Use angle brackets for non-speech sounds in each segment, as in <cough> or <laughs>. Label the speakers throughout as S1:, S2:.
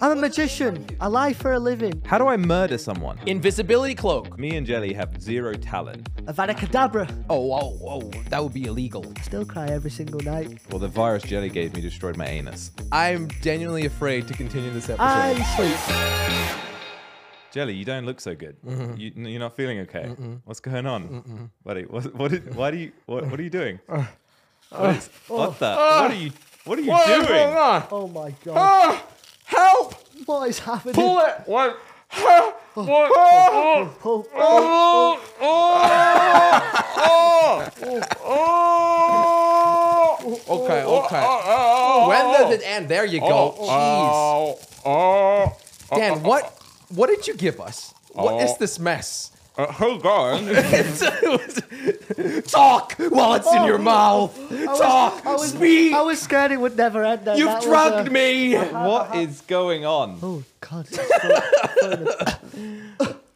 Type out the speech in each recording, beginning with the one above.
S1: I'm a magician. I lie for a living.
S2: How do I murder someone?
S3: Invisibility cloak.
S2: Me and Jelly have zero talent.
S1: Avada Kedavra.
S3: Oh, oh, oh, that would be illegal.
S1: Still cry every single night.
S2: Well, the virus Jelly gave me destroyed my anus.
S3: I'm genuinely afraid to continue this episode.
S1: I sleep.
S2: Jelly, you don't look so good. You, n- you're not feeling okay. What's going on, buddy? What, what is, why do you? What, what are you doing? what, is, what the? what are you? What are you
S4: What is going
S2: doing?
S4: on?
S1: Oh my god.
S4: Help!
S1: What is happening?
S4: Pull it! What?
S1: Oh, oh, oh.
S4: Oh! Oh! Oh!
S3: Okay, okay.
S4: Oh!
S3: When does it end? There you go. Jeez.
S4: Oh! Oh!
S3: Dan, what what did you give us? What is
S4: Oh.
S3: this mess? <laughs>
S4: Uh, Hold on.
S3: Talk while it's in your mouth.
S1: Oh. was-
S3: Talk.
S1: I was,
S3: Speak.
S1: I was scared it would never end. Though.
S3: You've
S1: That was,
S3: drugged
S1: uh,
S3: me.
S2: What is going on?
S1: Oh god. it's so- <laughs>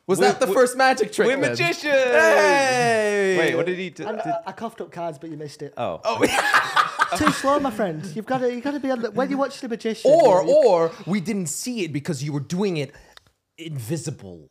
S3: Was that the first magic trick?
S2: We're
S3: then?
S2: magicians.
S3: Hey.
S2: Wait, what did he? do?
S1: And
S2: did,
S1: I, I coughed up cards, but you missed it.
S2: oh,
S1: Too slow, my friend. You've got to. You got to be on the, when you watch the magician.
S3: Or
S1: you- you-
S3: or we didn't see it because you were doing it invisible.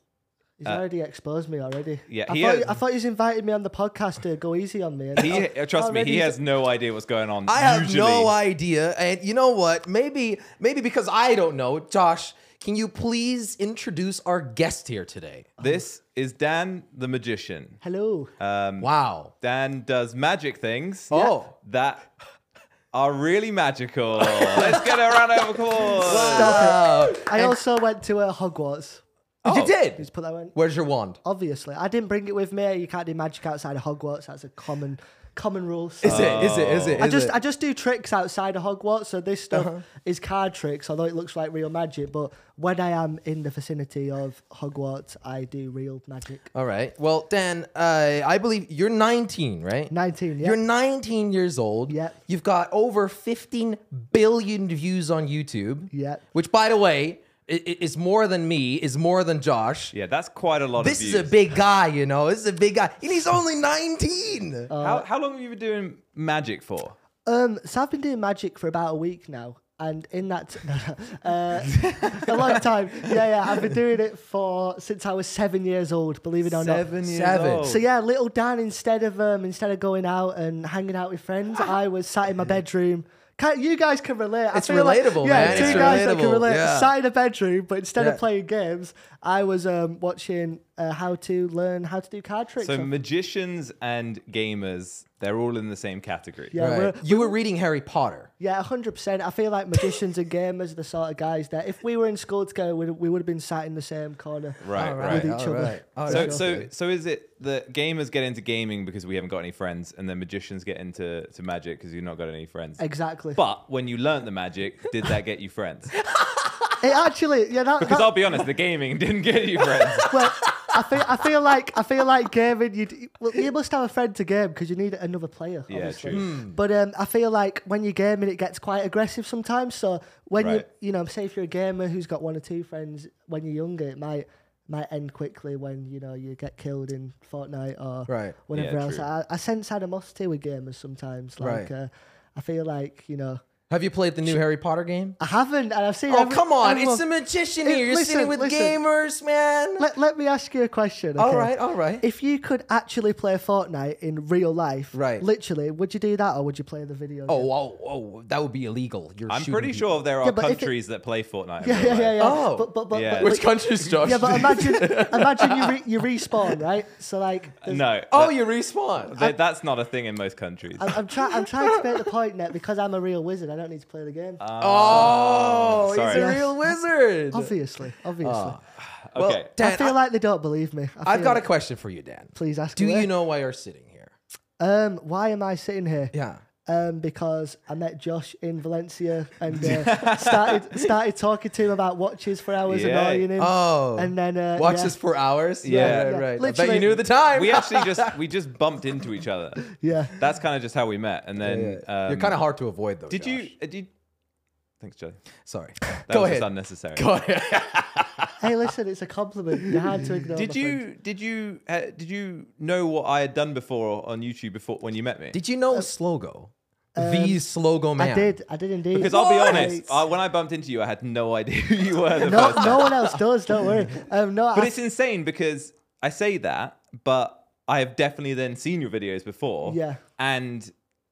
S1: he's already exposed me already.
S2: yeah,
S1: I
S2: he
S1: thought,
S2: has-
S1: I thought he's invited me on the podcast to go easy on me. and-
S2: he, uh, trust me,
S1: already Oh,
S2: he
S1: he's-
S2: has no idea what's going on.
S3: I have
S2: usually.
S3: no idea. And you know what? Maybe maybe because I don't know, Josh, can you please introduce our guest here today?
S2: This is Dan the magician.
S1: Hello.
S2: Mm.
S3: Wow.
S2: Dan does magic things.
S3: Oh.
S2: that are really magical. Let's get a round of applause.
S1: Stop it. I also went to uh, Hogwarts.
S3: You did.
S1: Just put that one.
S3: Where's your wand?
S1: Obviously, I didn't bring it with me. You can't do magic outside of Hogwarts. That's a common common rule. So-
S3: Is it? Is it? Is it?
S1: I
S3: is
S1: just
S3: it? Uh-huh.
S1: I just do tricks outside of Hogwarts, so this stuff is card tricks, although it looks like real magic. But when I am in the vicinity of Hogwarts, I do real magic.
S3: All right. Well, Dan, uh, I believe you're 19, right?
S1: 19, yeah.
S3: You're 19 years old.
S1: Yeah.
S3: You've got over 15 billion views on YouTube.
S1: Yeah.
S3: Which, by the way, i- i- is more than me, is more than Josh.
S2: Yeah, that's quite a lot
S3: This
S2: of
S3: is
S2: views.
S3: a big guy, you know. This is a big guy. And he's only 19.
S2: How, how long have you been doing magic for?
S1: Um, so I've been doing magic for about a week now, and in that <laughs> uh, <laughs> a long time, yeah, yeah, I've been doing it for since I was seven years old. Believe it or not.
S2: years
S3: Seven.
S2: old.
S1: So yeah, little Dan. Instead of um, instead of going out and hanging out with friends,
S3: <laughs>
S1: I was sat in my bedroom. Can't, you guys can relate. I
S3: It's
S1: feel like-
S3: relatable,
S1: yeah,
S3: man.
S1: Two
S3: It's
S1: guys that can
S3: relatable.
S1: relate.
S3: Yeah.
S1: Sat in a bedroom, but instead
S3: Yeah.
S1: of playing games, I was um, watching uh, how to learn how to do card tricks.
S2: So
S1: on-
S2: magicians and gamers, they're all in the same category.
S1: yeah,
S3: Right.
S1: we're-
S3: You were reading Harry Potter.
S1: yeah, hundred percent. I feel like magicians and gamers are the sort of guys that if we were in school together, we'd, we would have been sat in the same corner,
S2: Right, All right,
S1: with each
S3: all
S1: other.
S3: right. All
S2: So
S3: right.
S2: so so is it that gamers get into gaming because we haven't got any friends, and then magicians get into to magic because you've not got any friends?
S1: Exactly.
S2: But when you learnt the magic, did that get you friends?
S1: it actually, yeah, that,
S2: Because
S1: that-
S2: I'll be honest, the gaming didn't get you friends.
S1: well, I feel, I feel like I feel like gaming. You well, you must have a friend to game because you need another player.
S2: Yeah,
S1: obviously.
S2: true.
S3: Hmm.
S1: But um, I feel like when you're gaming, it gets quite aggressive sometimes. So when
S2: Right.
S1: you you know, say if you're a gamer who's got one or two friends, when you're younger, it might might end quickly when you know you get killed in Fortnite or
S3: Right.
S1: whatever
S2: Yeah,
S1: else.
S2: true.
S1: I, I sense animosity with gamers sometimes. Like
S3: Right.
S1: uh, I feel like you know.
S3: Have you played the new Harry Potter game?
S1: I haven't, and I've seen.
S3: Oh,
S1: every-
S3: come on.
S1: everyone-
S3: It's a magician
S1: Hey,
S3: here. You're
S1: listen,
S3: sitting with
S1: listen.
S3: gamers, man.
S1: let, let me ask you a question.
S3: All
S1: okay?
S3: right, all right.
S1: If you could actually play Fortnite in real life,
S3: Right.
S1: Literally, would you do that or would you play the video?
S3: Oh,
S1: game?
S3: oh, oh, that would be illegal. You're
S2: I'm
S3: shooting
S2: pretty
S3: people.
S2: sure there are
S1: Yeah, but if it-
S2: countries that play Fortnite.
S1: <laughs>
S2: in
S1: yeah,
S2: real
S1: yeah, yeah,
S2: life.
S1: yeah.
S3: Oh.
S1: but but but,
S2: Yeah.
S3: <laughs>
S1: but-
S2: Which
S3: countries, Josh?
S1: Yeah, but
S3: <laughs>
S1: imagine, imagine you re, you respawn, right? So like, there's-
S2: No.
S3: Oh,
S2: that-
S3: you respawn.
S2: that- that's not a thing in most countries.
S1: I'm, I'm trying I'm trying to make the point net because I'm a real wizard. I don't need to play the game.
S2: Ah.
S3: Oh, he's
S2: Sorry.
S3: a real wizard.
S1: obviously, obviously.
S3: Well,
S2: okay.
S3: Oh. Dan,
S1: I feel
S3: I
S1: like they don't believe me. I
S3: have
S1: feel
S3: got a
S1: like-
S3: question for you, Dan.
S1: Please ask
S3: Do
S1: away.
S3: you know why you're sitting here?
S1: Um, why am I sitting here?
S3: Yeah.
S1: um, because I met Josh in Valencia
S3: <laughs>
S1: and uh, started started talking to him about watches for hours,
S2: Yeah.
S1: annoying him.
S3: Oh.
S1: and then uh,
S3: Watch
S1: yeah,
S3: this for hours.
S2: Yeah.
S3: right,
S1: Yeah.
S3: right. I bet
S1: Literally-
S3: you knew the time. <laughs>
S2: we actually just we just bumped into each other.
S1: Yeah,
S2: That's kind of just how we met, and then
S3: Yeah.
S2: um,
S3: You're kind of hard to avoid, though.
S2: Did you?
S3: Josh.
S2: uh, Did thanks, Joe.
S3: Sorry.
S2: <laughs> That
S3: Go
S2: was
S3: ahead. <laughs>
S2: just unnecessary.
S3: Go ahead.
S2: <laughs>
S1: hey, listen, it's a compliment. You're hard to ignore.
S2: Did
S1: my friend.
S2: you? Did you? Uh, did you know what I had done before on YouTube before when you met me?
S3: Did you know Slogo? the Slogo Man.
S1: Uh, I did. I did indeed.
S2: Because I'll be
S1: What?
S2: honest, I, when I bumped into you, I had no idea who you were. The
S1: no,
S2: first time.
S1: no one else does. Don't worry. Um, no,
S2: But
S1: I-
S2: it's insane because I say that, but I have definitely then seen your videos before.
S1: Yeah.
S2: And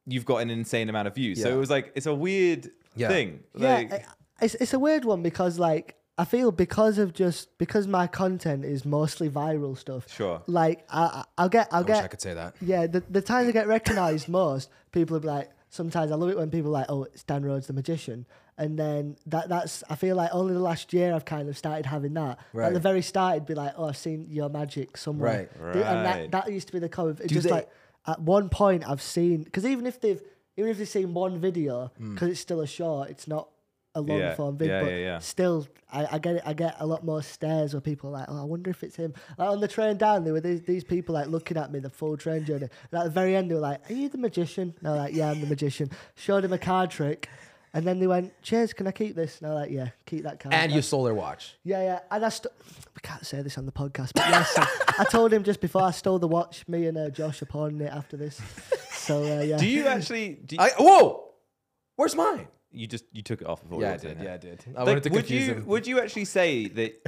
S2: you've got an insane amount of views. So
S3: Yeah.
S2: it was like, it's a weird
S3: Yeah.
S2: thing.
S1: yeah,
S2: Like,
S1: I- it's it's a weird one because like I feel because of just because my content is mostly viral stuff.
S2: Sure.
S1: Like I, I- I'll get, I'll
S3: I wish
S1: get.
S3: I could say
S1: <laughs>
S3: that.
S1: Yeah, the, the times I get recognised most, people are like, sometimes I love it when people are like, oh, it's Dan Rhodes the magician. And then that that's, I feel like only the last year I've kind of started having that. At
S3: Right.
S1: the very start, it'd be like, oh, I've seen your magic somewhere.
S2: Right.
S1: Th- And
S2: Right.
S1: that, that used to be the comment. It's just
S3: they-
S1: like, at one point I've seen, because even if they've, even if they've seen one video,
S3: Hmm.
S1: because it's still a short, it's not a long
S2: Yeah.
S1: form video,
S2: Yeah,
S1: but
S2: yeah, yeah.
S1: still, I, I get it. I get a lot more stares where people are like, "Oh, I wonder if it's him." Like on the train down, there were these, these people like looking at me the full train journey. And at the very end, they were like, "Are you the magician?" And I was like, "Yeah, I'm the magician." Showed him a card trick, and then they went, "Cheers, can I keep this?" And I was like, "Yeah, keep that card."
S3: And you stole their watch.
S1: yeah, yeah. And I st- we can't say this on the podcast, but yes, I, I told him just before I stole the watch. Me and uh, Josh are pawning it after this. So uh, yeah,
S2: do
S1: <laughs>
S2: you actually, do you,
S3: I, whoa, where's mine?
S2: you just, you took it off before. we were doing it.
S3: did. I
S2: Like,
S3: wanted to
S2: would
S3: confuse
S2: you,
S3: him.
S2: would you actually say that,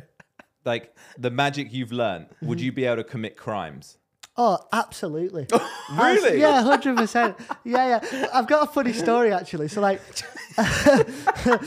S2: like, the magic you've learned, would you be able to commit crimes?
S1: Oh, absolutely. Abs-
S2: <laughs> Really?
S1: yeah, hundred percent. Yeah, yeah. I've got a funny story actually. So like,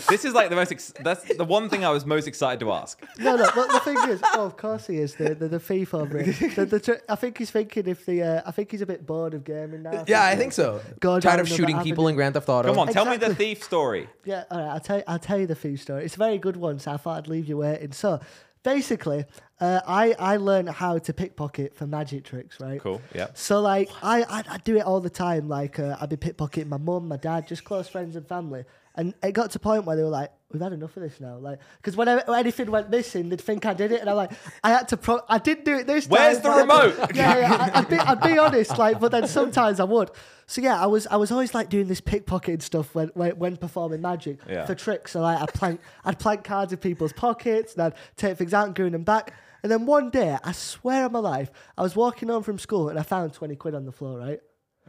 S2: This is like the most, ex- that's the one thing I was most excited to ask.
S1: no, no. But the thing is, oh, of course he is the the, the thief over here. The, the tr- I think he's thinking if the uh, I think he's a bit bored of gaming now.
S3: yeah, I think so.
S1: Go down
S3: Tired of
S1: another
S3: shooting people
S1: avenue.
S3: in Grand Theft Auto.
S2: Come on, tell me the
S1: Exactly.
S2: thief story.
S1: Yeah, all right. I'll tell you, I'll tell you the food story. It's a very good one, so I thought I'd leave you waiting. So, basically, uh, I I learned how to pickpocket for magic tricks, right?
S2: Cool, yep.
S1: So like I I, I do it all the time. Like uh, I'd be pickpocketing my mum, my dad, just close friends and family. And it got to a point where they were like, "We've had enough of this now." Like, because whenever when anything went missing, they'd think I did it, and I'm like, "I had to pro. I did do it this
S2: Where's
S1: time."
S2: the
S1: but I did-
S2: remote?
S1: <laughs> yeah, yeah. I, I'd, be, I'd be honest, like, but then sometimes I would. So yeah, I was I was always like doing this pickpocketing stuff when when, when performing magic
S2: Yeah.
S1: for tricks. So like I plank I'd plank cards in people's pockets, and I'd take things out and grin them back. And then one day, I swear on my life, I was walking home from school and I found twenty quid on the floor, right?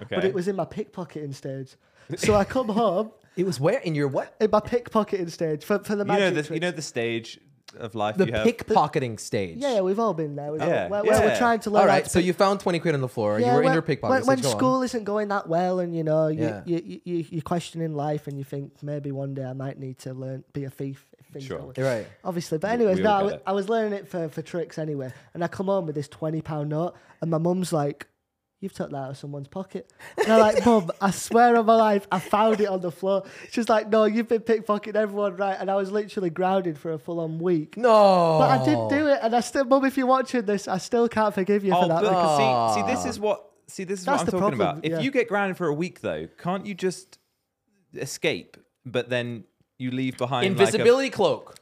S2: Okay.
S1: But it was in my pickpocketing stage. So I come home
S3: It was where in your what?
S1: in my pickpocketing stage for, for the
S2: you
S1: magic.
S2: know, the, you
S1: tricks.
S2: know the stage of life
S3: The
S2: you have.
S3: pickpocketing stage.
S1: yeah, yeah, we've all been there. We've all-
S2: Yeah,
S1: where, where
S2: yeah.
S1: we're trying to learn.
S3: All
S1: how
S3: right,
S1: to
S3: so you found twenty quid on the floor. you were in
S1: when-
S3: your pickpocket.
S1: When, when school isn't going that well, and you know, you,
S3: Yeah.
S1: you, you, you, you're questioning life, and you think maybe one day I might need to learn be a thief. If things
S2: Sure.
S1: go well.
S3: Right.
S1: Obviously, but anyways,
S2: we
S1: no,
S2: all
S1: I,
S2: get
S1: wa-
S2: it.
S1: I was learning it for, for tricks anyway, and I come home with this twenty pound note, and my mum's like. You've took that out of someone's pocket. And I'm like, Mum, I swear on my life, I found it on the floor. She's like, No, you've been pickpocketing everyone, right? And I was literally grounded for a full on week.
S3: no,
S1: But I did do it, and I still, Mum, if you're watching this, I still can't forgive you
S2: Oh,
S1: for that.
S2: but
S1: because-
S2: see,
S3: Ah.
S2: see, this is what see, this is
S1: That's
S2: what I'm
S1: the
S2: talking
S1: problem,
S2: about. If
S1: yeah.
S2: you get grounded for a week, though, can't you just escape? But then you leave behind Like
S3: invisibility cloak.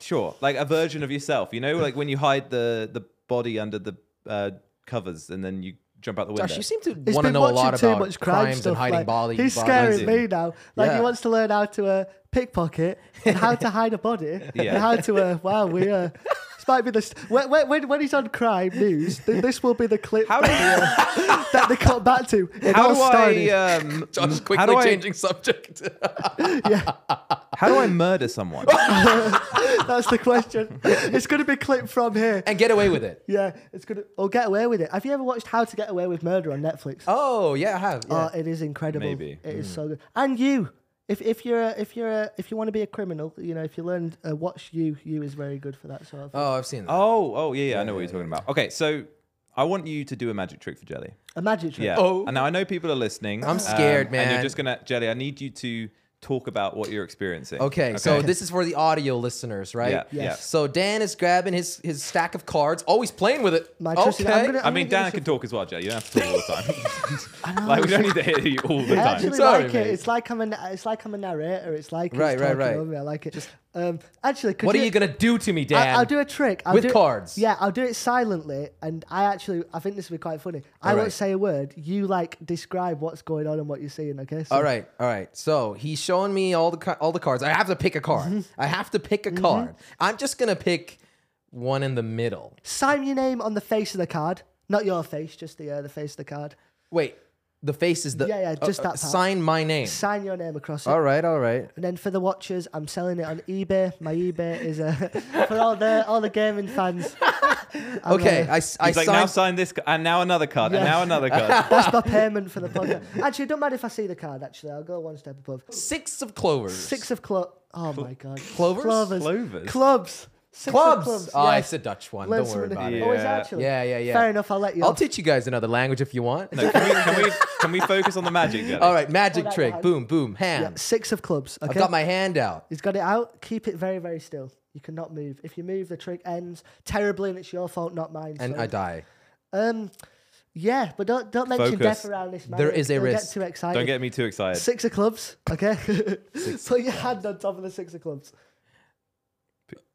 S2: a, sure, like a version of yourself. You know, like when you hide the the body under the uh, covers and then you jump out the window.
S3: Gosh, you seem to
S1: He's
S3: want
S1: been
S3: to know a lot
S1: watching too
S3: about
S1: much crime
S3: crimes
S1: stuff,
S3: and hiding
S1: like,
S3: body.
S1: He's
S3: bodies.
S1: scaring me now. Like
S3: Yeah.
S1: he wants to learn how to uh, pickpocket and how to hide a
S3: <laughs>
S1: body
S2: Yeah.
S1: and how to. Uh, wow, we. Uh, this might be the st- when, when- when, when he's on crime news. Th- this will be the clip
S2: How do you-
S1: <laughs> that they cut back to. It all
S2: how do
S1: started.
S2: I um,
S3: <laughs> Josh
S2: how do
S3: quickly
S2: I,
S3: changing subject.
S2: how do I murder
S3: <laughs>
S2: someone? uh,
S1: <laughs> That's the question. it's going to be clip from here.
S3: and get away with it.
S1: Yeah, it's going to. Or get away with it. Have you ever watched How to Get Away with Murder on Netflix?
S3: Oh yeah, I have. Yeah. Hmm.
S1: Oh, it is incredible.
S2: Maybe.
S1: it is so good. And you, if if you're a, if you're a, if you want to be a criminal, you know, if you learn uh, watch you, you is very good for that sort of. thing.
S3: oh, I've seen that.
S2: oh, oh yeah, yeah, I know what you're talking about. Okay, so I want you to do a magic trick for Jelly.
S1: a magic trick.
S2: Yeah.
S3: Oh.
S2: And now I know people are listening. um,
S3: I'm scared,
S2: And you're
S3: man.
S2: just gonna Jelly. I need you to talk about what
S1: uh,
S2: you're experiencing.
S3: Okay, so this is for the audio listeners, right?
S2: Yeah, yeah. Yes.
S3: So Dan is grabbing his his stack of cards, always playing with it.
S1: My
S3: okay.
S1: trusty- I'm gonna-
S2: I mean,
S1: give
S2: Dan
S1: us a-
S2: can talk as well, Jelly. You don't have to talk all the
S3: <laughs>
S2: time. <laughs> like we don't need to hear you all the
S1: I
S2: time.
S1: actually
S3: Sorry,
S1: like
S3: mate.
S1: it. It's like I'm a na- it's like I'm a narrator. It's like it's
S3: Right, right,
S1: talking
S3: right.
S1: Over. me. I like it. um, actually, could
S3: what
S1: you,
S3: are you gonna do to me, Dan?
S1: I, I'll do a trick I'll
S3: With
S1: do it-
S3: cards.
S1: yeah, I'll do it silently, and I actually I think this would be quite funny. I
S3: right.
S1: won't say a word. You like describe what's going on and what you're seeing. Okay. So,
S3: All right, all right. So he's showing me all the ca- all the cards. I have to pick a card.
S1: Mm-hmm.
S3: I have to pick a card. I'm just gonna pick one in the middle.
S1: Sign your name on the face of the card, not your face, just the uh, the face of the card.
S3: Wait, the face is the uh,
S1: Yeah, yeah, just that part.
S3: sign my name.
S1: Sign your name across it.
S3: all right, all right.
S1: And then for the watchers, I'm selling it on eBay. My eBay is uh, <laughs> for all the all the gaming fans. <laughs> I'm,
S3: Okay,
S1: uh,
S3: I, s- I
S2: He's like, now
S3: signed.
S2: sign this, ca- and now another card, and
S1: Yeah.
S2: now another
S3: <laughs>
S2: card.
S1: <laughs> that's my payment for the podcast. Actually, don't mind if I see the card. Actually, I'll go one step above.
S3: Six of clovers.
S1: Six of club. Oh my god.
S3: Clovers?
S1: Clovers.
S2: Clovers?
S1: Clubs. Six of
S3: clubs.
S1: clubs.
S3: Oh,
S1: yes.
S3: it's a Dutch one.
S1: Learn
S3: Don't worry
S1: something
S3: about
S1: new.
S2: it.
S1: Oh, is it
S2: Yeah.
S1: actually?
S3: Yeah, yeah, yeah.
S1: Fair enough. I'll let you.
S3: it. I'll
S1: off.
S3: teach you guys another language if you want.
S2: No, can, we, can, we, can we focus on the magic, Jelly?
S3: <laughs> All right, magic
S1: Hold on,
S3: trick.
S1: hold on.
S3: Boom, boom,
S1: Yeah,
S3: hand.
S1: six of clubs. Okay.
S3: I've got my hand out.
S1: He's got it out. Keep it very, very still. You cannot move. If you move, the trick ends terribly, and it's your fault, not mine.
S3: and
S1: so-
S3: I die.
S1: Um, yeah, but don't don't mention
S2: Focus.
S1: death around this man.
S3: There is a
S1: Don't
S3: risk.
S1: Get too excited.
S2: Don't get me too excited.
S1: Six of clubs, okay? <laughs> put your hand on top of the six of clubs.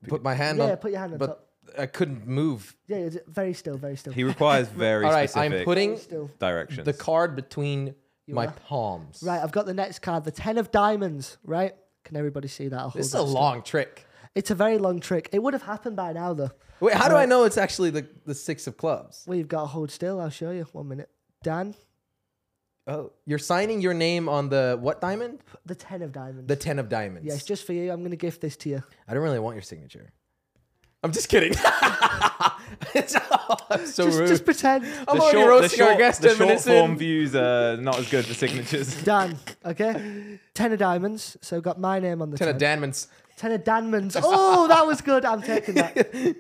S3: Put my hand on.
S1: Yeah, put your hand on
S3: but
S1: top.
S3: I couldn't move.
S1: Yeah, it's very still, very still.
S2: He
S3: <laughs>
S2: requires very
S3: All right,
S2: specific
S3: I'm putting
S1: Very still.
S2: directions.
S3: the card between my
S1: are?
S3: palms.
S1: Right, I've got the next card, the ten of diamonds. Right? Can everybody see that? I'll
S3: This is a
S1: hold that still.
S3: long trick.
S1: It's a very long trick. It would have happened by now, though.
S3: Wait, how do I know it's actually the, the six of clubs?
S1: Well, you've got to hold still. I'll show you. One minute. Dan,
S3: Oh, you're signing your name on the what diamond?
S1: the ten of diamonds.
S3: The ten of diamonds.
S1: yeah, it's just for you. I'm going to gift this to you.
S3: I don't really want your signature. I'm just kidding. It's- I'm so
S1: Just,
S3: rude.
S1: just pretend.
S3: I'm
S2: the
S3: already
S2: short, the
S3: roasting our
S2: short,
S3: guest
S2: the
S3: ten
S2: short
S3: minutes
S2: form
S3: in.
S2: views are not as good for
S3: <laughs>
S2: signatures.
S1: Dan, okay? Ten of diamonds. So got my name on the
S3: Ten of diamonds.
S1: Ten of Danmans. Oh, that was good. I'm taking
S2: <laughs>
S1: that.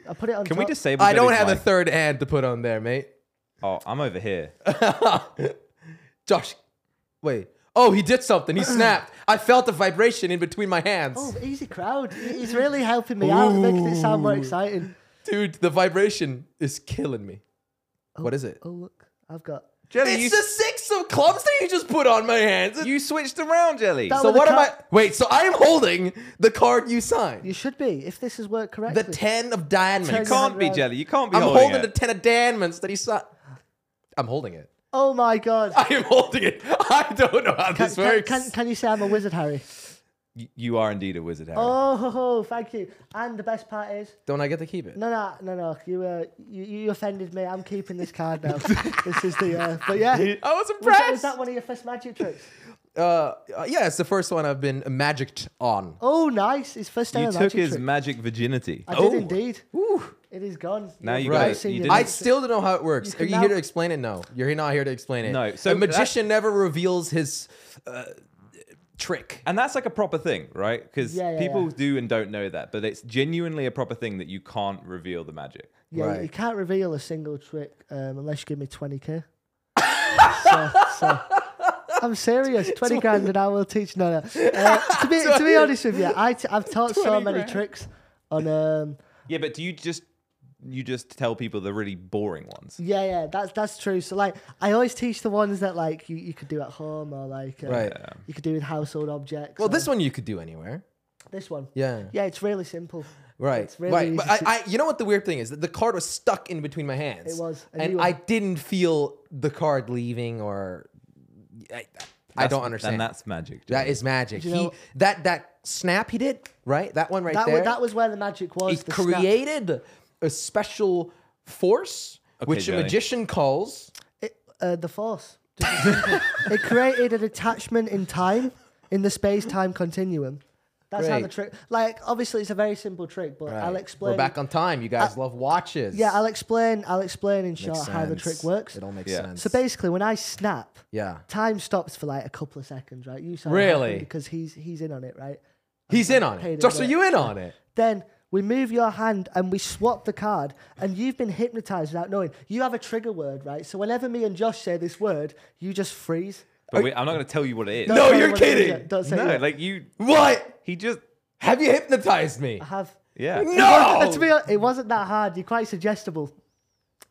S1: I put it on.
S2: Can we
S1: top.
S2: disable?
S3: I don't
S2: Jelly's
S3: have a
S2: mic?
S3: third and to put on there, mate. <laughs>
S2: Oh, I'm over here.
S3: Josh, wait. Oh, he did something. He snapped. I felt the vibration in between my hands.
S1: Oh, easy crowd. He- He's really helping me out, making it sound more exciting.
S3: Dude, the vibration is killing me. What is it?
S1: Oh look, I've got.
S2: Jelly, you,
S3: It's the six of clubs that you just put on my hands.
S2: you switched around, Jelly.
S1: That
S3: so
S1: with the
S3: what am I?
S1: card-
S3: Wait, so I'm holding the card you signed.
S1: You should be if this has worked
S3: the
S1: correctly.
S3: ten of diamonds.
S1: Ten
S2: you can't be
S1: around.
S2: Jelly. You can't be
S3: I'm
S2: holding,
S3: holding the
S2: it.
S3: ten of diamonds that he signed. I'm holding it.
S1: oh my god.
S3: <laughs>
S2: Ah,
S3: I am holding it. I don't know how
S1: Can,
S3: this
S1: can,
S3: works.
S1: can, can you say I'm a wizard, Harry?
S2: Y- you are indeed a wizard, Harry.
S1: Oh, ho, ho, thank you. And the best part is,
S3: don't I get to keep it?
S1: no, no, no, no. You, uh, you, you offended me. I'm keeping this card
S2: <laughs>
S1: now. this is the. Uh, but yeah, was
S3: I was impressed.
S1: that, was that one of your first magic tricks?
S3: uh, uh, yeah, it's the first one I've been magicked on.
S1: Oh, nice. His first day
S2: you
S1: of
S2: took
S1: magic
S2: his
S1: trick.
S2: magic virginity.
S1: I
S2: oh,
S1: did indeed. It is gone.
S2: Now
S1: You've
S2: you
S1: never
S2: got
S3: it.
S1: seen
S2: You
S1: your
S2: didn't-
S3: I
S1: magic-
S3: still don't know how it works.
S1: You
S3: Are
S1: can
S3: you here
S1: now-
S3: to explain it? No, you're not here to explain it.
S2: No, so
S3: a
S2: that-
S3: magician never reveals his uh, trick.
S2: and that's like a proper thing, right? Because
S1: Yeah, yeah,
S2: people
S1: yeah.
S2: do and don't know that, but it's genuinely a proper thing that you can't reveal the magic.
S1: Yeah, you
S3: Right.
S1: can't reveal a single trick um, unless you give me
S3: <laughs>
S1: 20k. so, so, I'm
S3: <laughs>
S1: serious. 20 grand and I will teach. No, no. Uh, to, be, to be honest with you, I t- I've taught so
S3: 20
S1: many
S3: grand.
S1: tricks on. Um,
S2: Yeah, but do you just you just tell people the really boring ones?
S1: yeah, yeah, that's that's true. So like, I always teach the ones that like you, you could do at home or like uh,
S3: Right.
S1: you could do with household objects.
S3: Well,
S1: or
S3: this one you could do anywhere.
S1: this one.
S3: Yeah.
S1: yeah, it's really simple.
S3: Right.
S1: It's really
S3: right. But
S1: easy to-
S3: I, I, you know what the weird thing is? That The card was stuck in between my hands.
S1: It was, and
S3: And,
S1: you were-
S3: I didn't feel the card leaving or. I, I
S2: That's-
S3: don't understand.
S2: And that's magic.
S3: that
S2: Jelly.
S3: is magic.
S1: Do you
S3: He,
S1: know-
S3: that, that snap he did, right? That one right
S1: That,
S3: there.
S1: was, that was where the magic was.
S3: it
S1: the snap.
S3: created a special force, which
S2: Johnny.
S3: a magician calls.
S1: It, uh, the Force. Just as simple. it created an attachment in time, in the space time continuum. That's how the
S3: Great.
S1: trick. Like, obviously, it's a very simple trick, but I'll explain. Uh,
S3: We're back on time. You guys love watches.
S1: yeah, I'll explain. I'll explain in short
S3: Makes
S1: how the
S3: sense.
S1: trick works.
S3: It all makes
S2: Yeah.
S3: sense.
S1: So basically, when I snap,
S3: yeah,
S1: time stops for like a couple of seconds, right? You saw it
S3: Really?
S1: happen because he's he's in on it, right?
S3: he's in on
S1: Paid
S3: it.
S1: it
S3: Josh, are
S1: back.
S3: you in on it?
S1: Then we move your hand and we swap the card, and you've been hypnotized without knowing. You have a trigger word, right? So whenever me and Josh say this word, you just freeze.
S2: But we, I'm not going to tell you what it is.
S3: No,
S1: tell me
S3: you're
S1: what it is
S3: kidding.
S1: yet. Don't say
S2: no,
S1: yet.
S2: like you,
S3: What?
S2: he just
S3: Have you hypnotized me?
S1: <laughs> I have.
S2: yeah.
S1: And to be
S3: No.
S1: honest, it wasn't that hard. You're quite suggestible.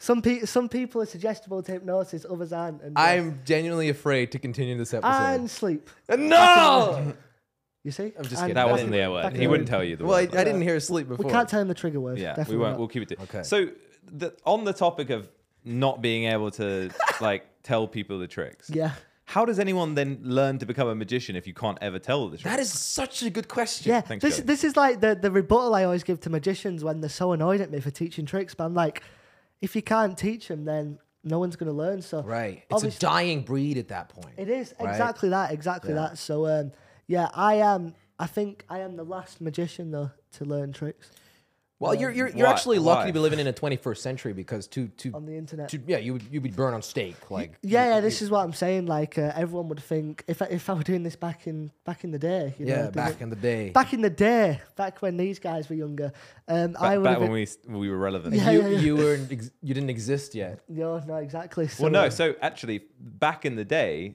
S1: Some people, some people are suggestible to hypnosis, others aren't. And, uh,
S3: I'm genuinely afraid to continue this
S1: and
S3: episode.
S1: sleep.
S3: <laughs> no.
S1: You see, I'm
S3: just kidding.
S2: That
S3: Back
S2: wasn't
S3: in-
S2: the word.
S1: back in
S2: He
S1: the
S2: wouldn't
S1: room.
S2: tell you the
S3: Well, I, I
S2: word.
S3: didn't hear sleep before.
S1: We can't tell him the trigger word.
S2: yeah,
S1: definitely
S2: we won't.
S1: not.
S2: We'll keep it. To,
S3: Okay.
S2: So the, on the topic of not being able to <laughs> like tell people the tricks.
S1: yeah,
S2: How does anyone then learn to become a magician if you can't ever tell the trick?
S3: That is such a good question.
S1: yeah.
S2: thanks,
S1: this
S2: Joey.
S1: this is like the the rebuttal I always give to magicians when they're so annoyed at me for teaching tricks. But I'm like, if you can't teach them, then no one's going to learn. So
S3: Right. It's
S1: obviously,
S3: a dying breed at that point.
S1: it is
S3: right?
S1: exactly that, exactly that. So um, yeah, I am. I think I am the last magician though to learn tricks
S3: Well, you're you're, you're
S2: Why?
S3: actually lucky
S2: Why?
S3: to be living in the 21st century because to to,
S1: on the internet.
S3: to yeah, you would you'd be burned on stake like
S1: yeah, yeah, this is what I'm saying. Like uh, everyone would think if I, if I were doing this back in back in the day, you know,
S3: yeah,
S1: they
S3: back
S1: would-
S3: in the day.
S1: back in the day, back when these guys were younger, um, I
S2: Back,
S1: would
S2: back
S1: have
S2: when
S1: been-
S2: we we were relevant.
S1: Yeah,
S3: you
S1: yeah, yeah.
S3: you were ex- you didn't
S1: <laughs>
S3: exist yet.
S1: No, no, exactly. So,
S2: Well, no.
S1: uh,
S2: So actually, back in the day,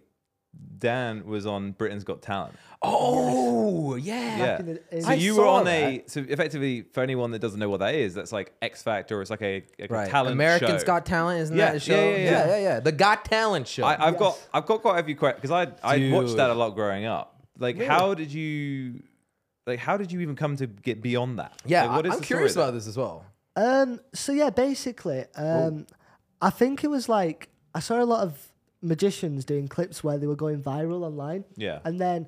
S2: Dan was on Britain's Got Talent.
S3: Oh, yeah.
S2: yeah.
S1: in the- in-
S2: so
S1: I
S2: you were
S3: saw
S2: on a so effectively for anyone that doesn't know what that is, that's like X Factor. It's like a, like a
S3: Right.
S2: talent
S3: Americans
S2: show.
S3: Got Talent, isn't
S2: Yeah,
S3: that a
S2: yeah,
S3: show?
S2: yeah, yeah.
S3: yeah, The Got Talent show.
S2: I, I've got
S1: Yes.
S2: I've got quite a few questions because I I watched
S3: Dude.
S2: that a lot growing up. Like, how did you? Like, how did you even come to get beyond that?
S3: yeah,
S2: Like, what is
S3: I'm
S2: the
S3: curious
S2: story
S3: about this as well.
S1: Um. So yeah, basically, um, I think it was like I saw a lot of magicians doing clips where they were going viral online.
S2: Yeah.
S1: And then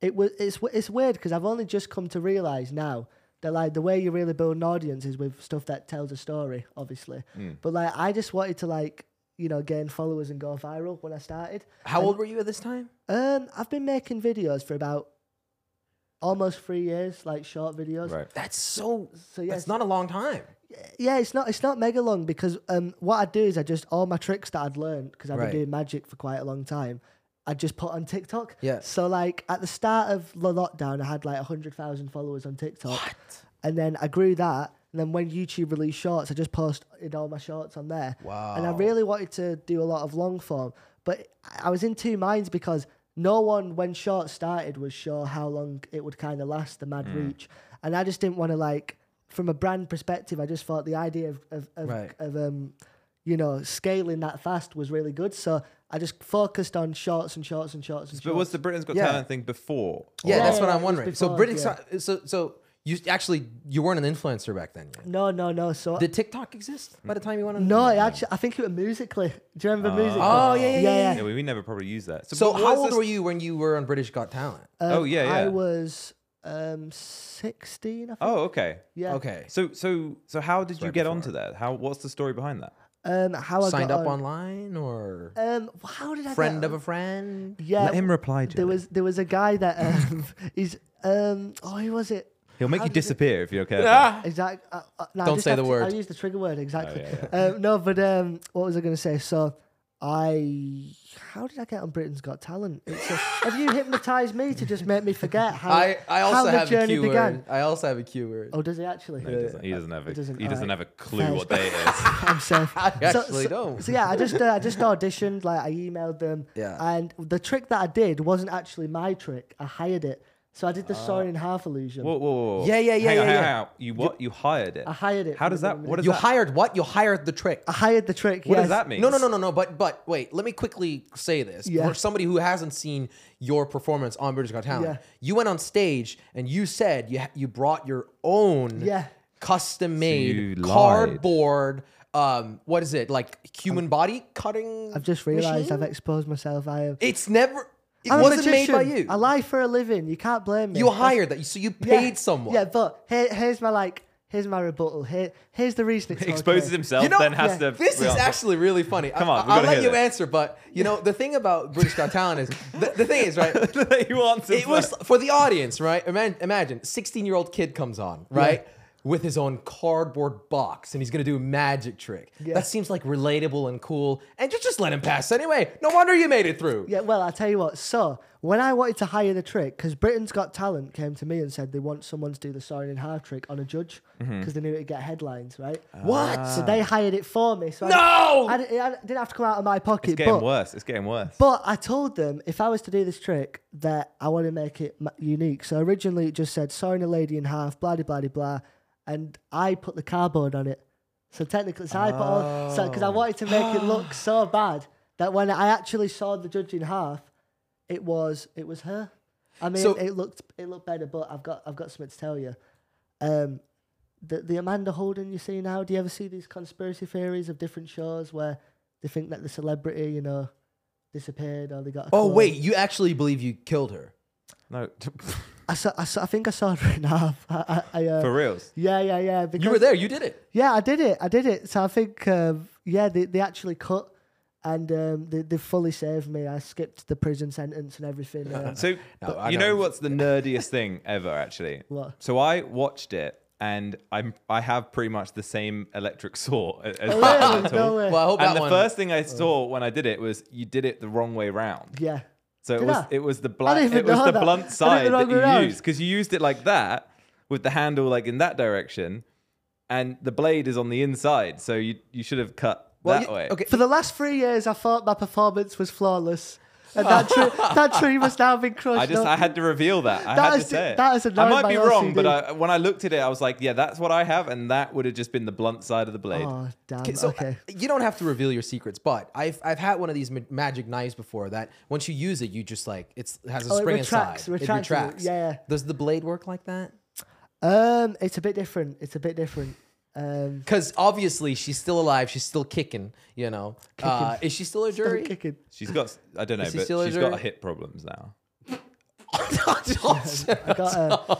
S1: it was it's w- it's weird because I've only just come to realize now that like the way you really build an audience is with stuff that tells a story, obviously.
S2: Hmm.
S1: But like I just wanted to like you know gain followers and go viral when I started.
S3: How old were you at this time?
S1: Um. I've been making videos for about almost three years, like short videos.
S2: Right.
S3: That's so.
S1: So yes,
S3: That's not a long time.
S1: yeah, it's not it's not mega long because um, what I do is I just all my tricks that I'd learned because I've
S3: Right.
S1: been doing magic for quite a long time. I just put on TikTok.
S3: Yeah.
S1: So like at the start of the lockdown, I had like hundred thousand followers on TikTok, and then I grew that. And then when YouTube released shorts, I just posted all my shorts on there.
S3: Wow.
S1: And I really wanted to do a lot of long form, but I- I was in two minds because no one, when shorts started, was sure how long it would kind of last, the mad
S3: Mm.
S1: reach. And I just didn't want to, like, from a brand perspective, I just thought the idea of, of, of,
S3: Right.
S1: of um, you know, scaling that fast was really good. So I just focused on shorts and shorts and shorts and shorts.
S2: But was the Britain's Got
S3: Yeah.
S2: Talent thing before?
S3: Yeah,
S1: Yeah,
S3: that's what
S1: yeah,
S3: I'm
S1: it was
S3: wondering. so
S1: before,
S3: British.
S1: yeah.
S3: So so you actually you weren't an influencer back then. Yet.
S1: no, no, no. So
S3: Did TikTok exist by the time you went on?
S1: no, it actually, I think it was musically. <laughs> Do you remember musically?
S3: Oh, yeah, yeah, yeah, yeah.
S2: Yeah, we, we never probably used that.
S3: So
S2: what
S3: how
S2: was
S3: old
S2: this-
S3: were you when you were on British Got Talent?
S1: Uh,
S2: Oh yeah, yeah.
S1: I was um, sixteen. I think.
S2: Oh okay.
S1: yeah.
S3: okay.
S2: So so so how did you
S3: right
S2: get
S3: before.
S2: onto that? How what's the story behind that?
S1: Um, how I
S3: Signed
S1: got
S3: up
S1: on,
S3: online or
S1: Um, how did I
S3: friend
S1: get
S3: of
S1: on?
S3: a friend?
S1: yeah?
S2: Let him reply. Jimmy.
S1: There was there was a guy that um, he's um oh who was it?
S2: He'll make
S1: how
S2: you
S1: did it-
S2: disappear if you're okay.
S1: Exact. Uh, uh, no, I
S3: Don't
S1: just
S3: say
S1: have
S3: the
S1: to-
S3: word.
S1: I use the trigger word exactly.
S2: Oh, yeah,
S1: Um, no, but um, what was I going to say? So I how did I get on Britain's Got Talent? It's a, have you hypnotized me to just make me forget how
S3: I, I
S1: how
S3: also
S1: the
S3: have a
S1: journey
S3: Q
S1: began?
S3: word. I also have a Q word.
S1: Oh, does he actually?
S2: He doesn't, he doesn't have a,
S1: It doesn't-
S2: he doesn't
S1: alright.
S2: have a clue
S1: Fair.
S2: what day it is.
S1: I'm
S3: <laughs>
S1: safe. I
S3: actually don't.
S1: So yeah, I just uh, I just auditioned. Like I emailed them.
S3: Yeah.
S1: And the trick that I did wasn't actually my trick. I hired it. So I did
S3: Ah.
S1: the soaring half illusion.
S2: Whoa, whoa, whoa, whoa.
S3: Yeah, yeah, yeah,
S2: Hang on,
S3: yeah,
S2: hang on,
S3: yeah.
S2: hang on. You what? You hired it.
S1: I hired it
S2: How
S1: from
S2: does
S1: the
S2: that? What does
S3: you
S2: that?
S3: hired what? You hired the trick.
S1: I hired the trick.
S2: what
S1: yes.
S2: does that mean?
S3: No, no, no, no, no. But but wait, let me quickly say this
S1: Yeah.
S3: for somebody who hasn't seen your performance on British Got Talent.
S1: Yeah.
S3: You went on stage and you said you ha- you brought your own
S1: Yeah.
S3: custom
S2: you
S3: made
S2: lied.
S3: cardboard. Um, what is it like? Human body cutting.
S1: I've just realised I've
S3: machine?
S1: exposed myf. I am.
S3: it's never. It
S1: I'm a
S3: wasn't made by
S1: magician.
S3: you.
S1: I lie for a living. You can't blame me.
S3: you
S1: That's-
S3: hired that. So you
S1: yeah.
S3: paid someone.
S1: Yeah, but here, here's my like. Here's my rebuttal. Here, here's the
S3: <laughs>
S1: reason it's
S2: He exposes
S1: okay.
S2: himself,
S3: You know,
S2: then has
S1: yeah,
S2: to.
S3: This is
S2: well,
S3: actually really funny. Come
S2: on, we
S3: I, will
S2: gotta
S3: let
S2: hear
S3: you
S2: this.
S3: answer, but you know the thing about British Got Talent is the, the thing is right.
S1: <laughs>
S2: you answered
S3: <laughs> it was for the audience, right? Imagine, imagine, sixteen-year-old kid comes on, right, with his own cardboard box, and he's gonna do a magic trick.
S1: Yeah.
S3: That seems like relatable and cool, and just just let him pass anyway. No wonder you made it through.
S1: Yeah, well, I'll tell you what. So, when I wanted to hire the trick, because Britain's Got Talent came to me and said they want someone to do the soaring and half trick on a judge because they knew it'd get headlines, right?
S3: Mm-hmm. What?
S1: So, they hired it for me. So
S3: No!
S1: I, di- I, di- I didn't have to come out of my pocket.
S2: It's getting
S1: but,
S2: worse. It's getting worse.
S1: but I told them if I was to do this trick, that I want to make it ma- unique. So, originally it just said soaring a lady in half, blah, de, blah, de, blah. And I put the cardboard on it. So, technically, so I put all, so, because I wanted to make it look so bad that when I actually saw the judge in half, it was it was her. I mean,
S3: So-
S1: it looked it looked better, but I've got I've got something to tell you. Um, the the Amanda Holden you see now. Do you ever see these conspiracy theories of different shows where they think that the celebrity, you know, disappeared or they got?
S3: Oh
S1: clone?
S3: wait, you actually believe you killed her?
S2: no, <laughs>
S1: I saw, I saw I think I saw it <laughs> right now. I, I, I, uh,
S2: for reals.
S1: Yeah, yeah, yeah.
S3: You
S1: because-
S3: were there. You did it.
S1: Yeah, I did it. I did it. So I think um, yeah, they they actually cut and um, they, they fully saved me. I skipped the prison sentence and
S3: <laughs>
S1: everything. um,
S2: So
S3: No, I
S2: you know
S3: don't-
S2: what's the nerdiest thing ever, actually.
S1: What?
S2: So I watched it, and I'm I have pretty much the same electric saw a- as
S1: really?
S2: at
S1: No
S2: all.
S1: way.
S3: Well, I hope
S2: And
S3: that
S2: the
S3: one.
S2: first thing I saw when I did it was you did it the wrong way round.
S1: yeah.
S2: So it
S1: Did
S2: was
S1: I?
S2: it was the blunt
S1: even
S2: it was
S1: know
S2: the
S1: that. I did
S2: blunt
S1: it
S2: side
S1: the
S2: that
S1: wrong way
S2: you
S1: round.
S2: used because you used it like that with the handle like in that direction, and the blade is on the inside. So you you should have cut
S3: Well,
S2: that
S3: you-
S2: way.
S3: Okay.
S1: For the last three years, I thought my performance was flawless. And
S3: <laughs>
S1: that, tree, that tree must now have been crushed.
S2: I just
S1: up.
S2: I had to reveal that. I
S1: That
S2: had
S1: is
S2: to
S1: the-
S2: say it.
S1: that is
S2: I
S1: annoying
S2: might
S1: by
S2: be wrong, but
S1: LCD.
S2: I, when I looked at it, I was like, yeah, that's what I have, and that would have just been the blunt side of the blade.
S1: Oh, damn.
S3: Okay, so uh,
S1: okay.
S3: you don't have to reveal your secrets, but I've I've had one of these ma- magic knives before that once you use it, you just like it's it has a
S1: Oh, it
S3: spring
S1: retracts,
S3: inside.
S1: retracts
S3: It
S1: it,
S3: retracts.
S1: yeah.
S3: Does the blade work like that?
S1: Um, it's a bit different. It's a bit different. Um,
S3: Because obviously she's still alive. She's still kicking. You know. Uh, is she still a jury? <laughs>
S1: kicking.
S2: She's got, I don't know,
S3: Is he
S2: but
S3: still a
S2: she's got
S3: jury?
S2: hip problems now.
S3: <laughs>
S1: I got, uh,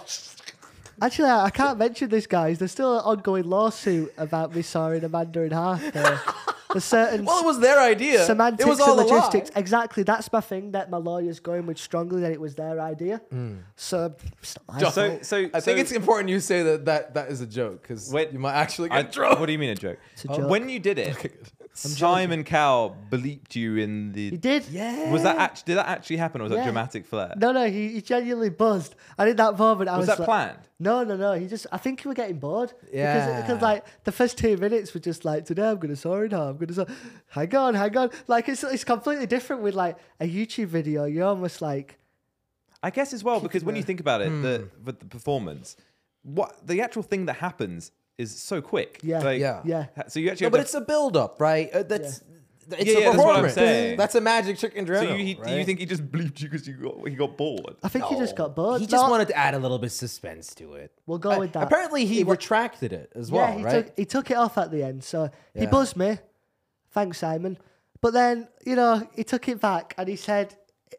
S1: actually, I, I can't mention this, guys. There's still an ongoing lawsuit about me sawing Amanda in half.
S3: <laughs>
S1: Uh, there's certain
S3: well, it was their idea.
S1: semantics
S3: it was all
S1: and
S3: a lie.
S1: logistics. Exactly. That's my thing that my lawyer's going with strongly that it was their idea. So, it's not my
S3: Just-
S1: fault.
S2: So, so,
S3: I think
S2: so
S3: it's important you say that that, that is a joke because
S2: Wait,
S3: you might actually
S2: I-
S3: get drunk.
S2: What do you mean a joke? It's
S1: a joke.
S2: When
S1: <laughs>
S2: you did it, Simon Cowell bleeped you in the.
S1: he did.
S3: Yeah.
S2: Was that actually? Did that actually happen, or was that
S1: Yeah.
S2: dramatic flair?
S1: No, no, he, he genuinely buzzed. And in that moment, I
S2: was
S1: was,
S2: that
S1: like,
S2: planned?
S1: No, no, no. He just, I think he was getting bored. Because,
S3: Yeah.
S1: because like, the first two minutes were just like, today I'm going to saw it, I'm going to saw. Hang on, hang on. Like, it's, it's completely different with like a YouTube video. You're almost like,
S2: I guess as well because when you think about it, the
S3: Hmm.
S2: with the performance, what the actual thing that happens is so quick.
S1: Yeah.
S2: Like,
S3: Yeah.
S1: yeah.
S2: So you actually
S3: No,
S2: have
S3: but
S2: to
S3: it's a build-up, right? Uh, that's
S2: Yeah,
S3: it's a
S2: yeah, that's what I'm
S3: performance.
S2: saying.
S3: That's a magic trick in
S2: So
S3: general.
S2: you, he, do you
S3: right?
S2: think he just bleeped you because you got, he got bored?
S1: I think he just got bored.
S3: He just
S1: No,
S3: wanted to add a little bit of suspense to it.
S1: We'll go
S3: Uh,
S1: with that.
S3: Apparently, he, retracted it as well,
S1: he
S3: right?
S1: Took, he took it off at the end, so he
S3: Yeah.
S1: buzzed me. Thanks, Simon. But then, you know, he took it back and he said,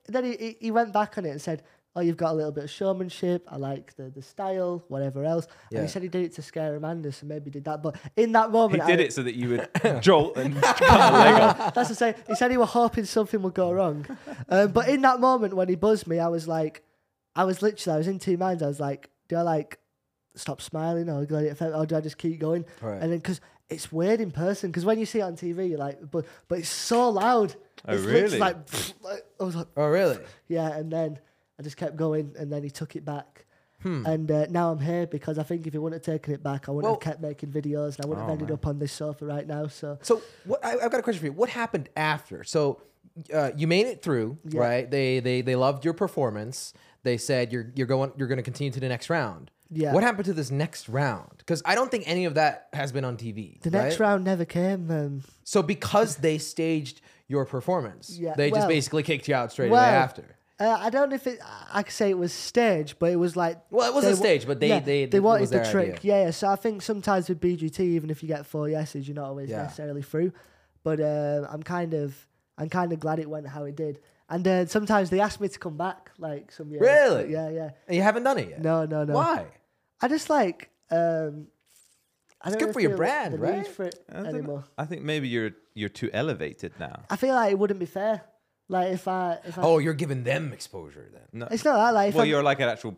S1: then he- he, he went back on it and said, Oh, you've got a little bit of showmanship. I like the, the style, whatever else. And
S3: Yeah.
S1: he said he did it to scare Amanda, so maybe he did that. But in that moment,
S2: He
S1: I-
S2: did it so that you
S1: <laughs>
S2: would jolt and <laughs> cut the leg off.
S1: That's to say, he said he was hoping something would go wrong. Um, but in that moment when he buzzed me, I was like, I was literally, I was in two minds. I was like, do I like stop smiling or, let it affect- or do I just keep going?
S3: Right.
S1: And then because it's weird in person because when you see it on TV, you're like, but but it's so loud.
S2: Oh,
S1: it's literally
S2: really?
S1: Like, like, <laughs> I was like,
S3: Oh, really?
S1: yeah, and then I just kept going, and then he took it back. And uh, now I'm here because I think if he wouldn't have taken it back, I wouldn't
S3: Well-
S1: have kept making videos, and I wouldn't have ended up on this sofa right now. So
S3: So, what, I, I've got a question for you. What happened after? So, uh, you made it through, right? They they they loved your performance. They said you're you're going you're going to continue to the next round.
S1: Yeah.
S3: What happened to this next round? Because I don't think any of that has been on TV.
S1: the next
S3: right?
S1: round never came. Um,
S3: So because they staged your performance,
S1: Yeah,
S3: they just
S1: well-
S3: basically kicked you out straight
S1: Well,
S3: away after.
S1: Uh, I don't know if it. I- I could say it was stage, but it was like.
S3: Well, it was a
S1: wa-
S3: stage, but they-
S1: yeah,
S3: they-
S1: they
S3: it
S1: wanted
S3: was
S1: the
S3: their
S1: trick.
S3: idea.
S1: Yeah, yeah. So I think sometimes with BGT, even if you get four yeses, you're not always
S3: Yeah.
S1: necessarily through. But uh, I'm kind of, I'm kind of glad it went how it did. And then sometimes they asked me to come back, like some years.
S3: Really?
S1: Yeah, yeah.
S3: And you haven't done it yet.
S1: No, no, no.
S3: Why?
S1: I just like. Um, I don't
S3: good
S1: know
S3: for
S1: if
S3: your
S1: feel
S3: brand,
S1: the need
S3: right?
S1: For it
S2: I don't
S1: anymore.
S2: know. I think maybe you're you're too elevated now.
S1: I feel like it wouldn't be fair. Like if I, if I,
S3: Oh, you're giving them exposure then.
S2: No.
S1: it's not that. Like if
S2: Well,
S1: I'm-
S2: you're like an actual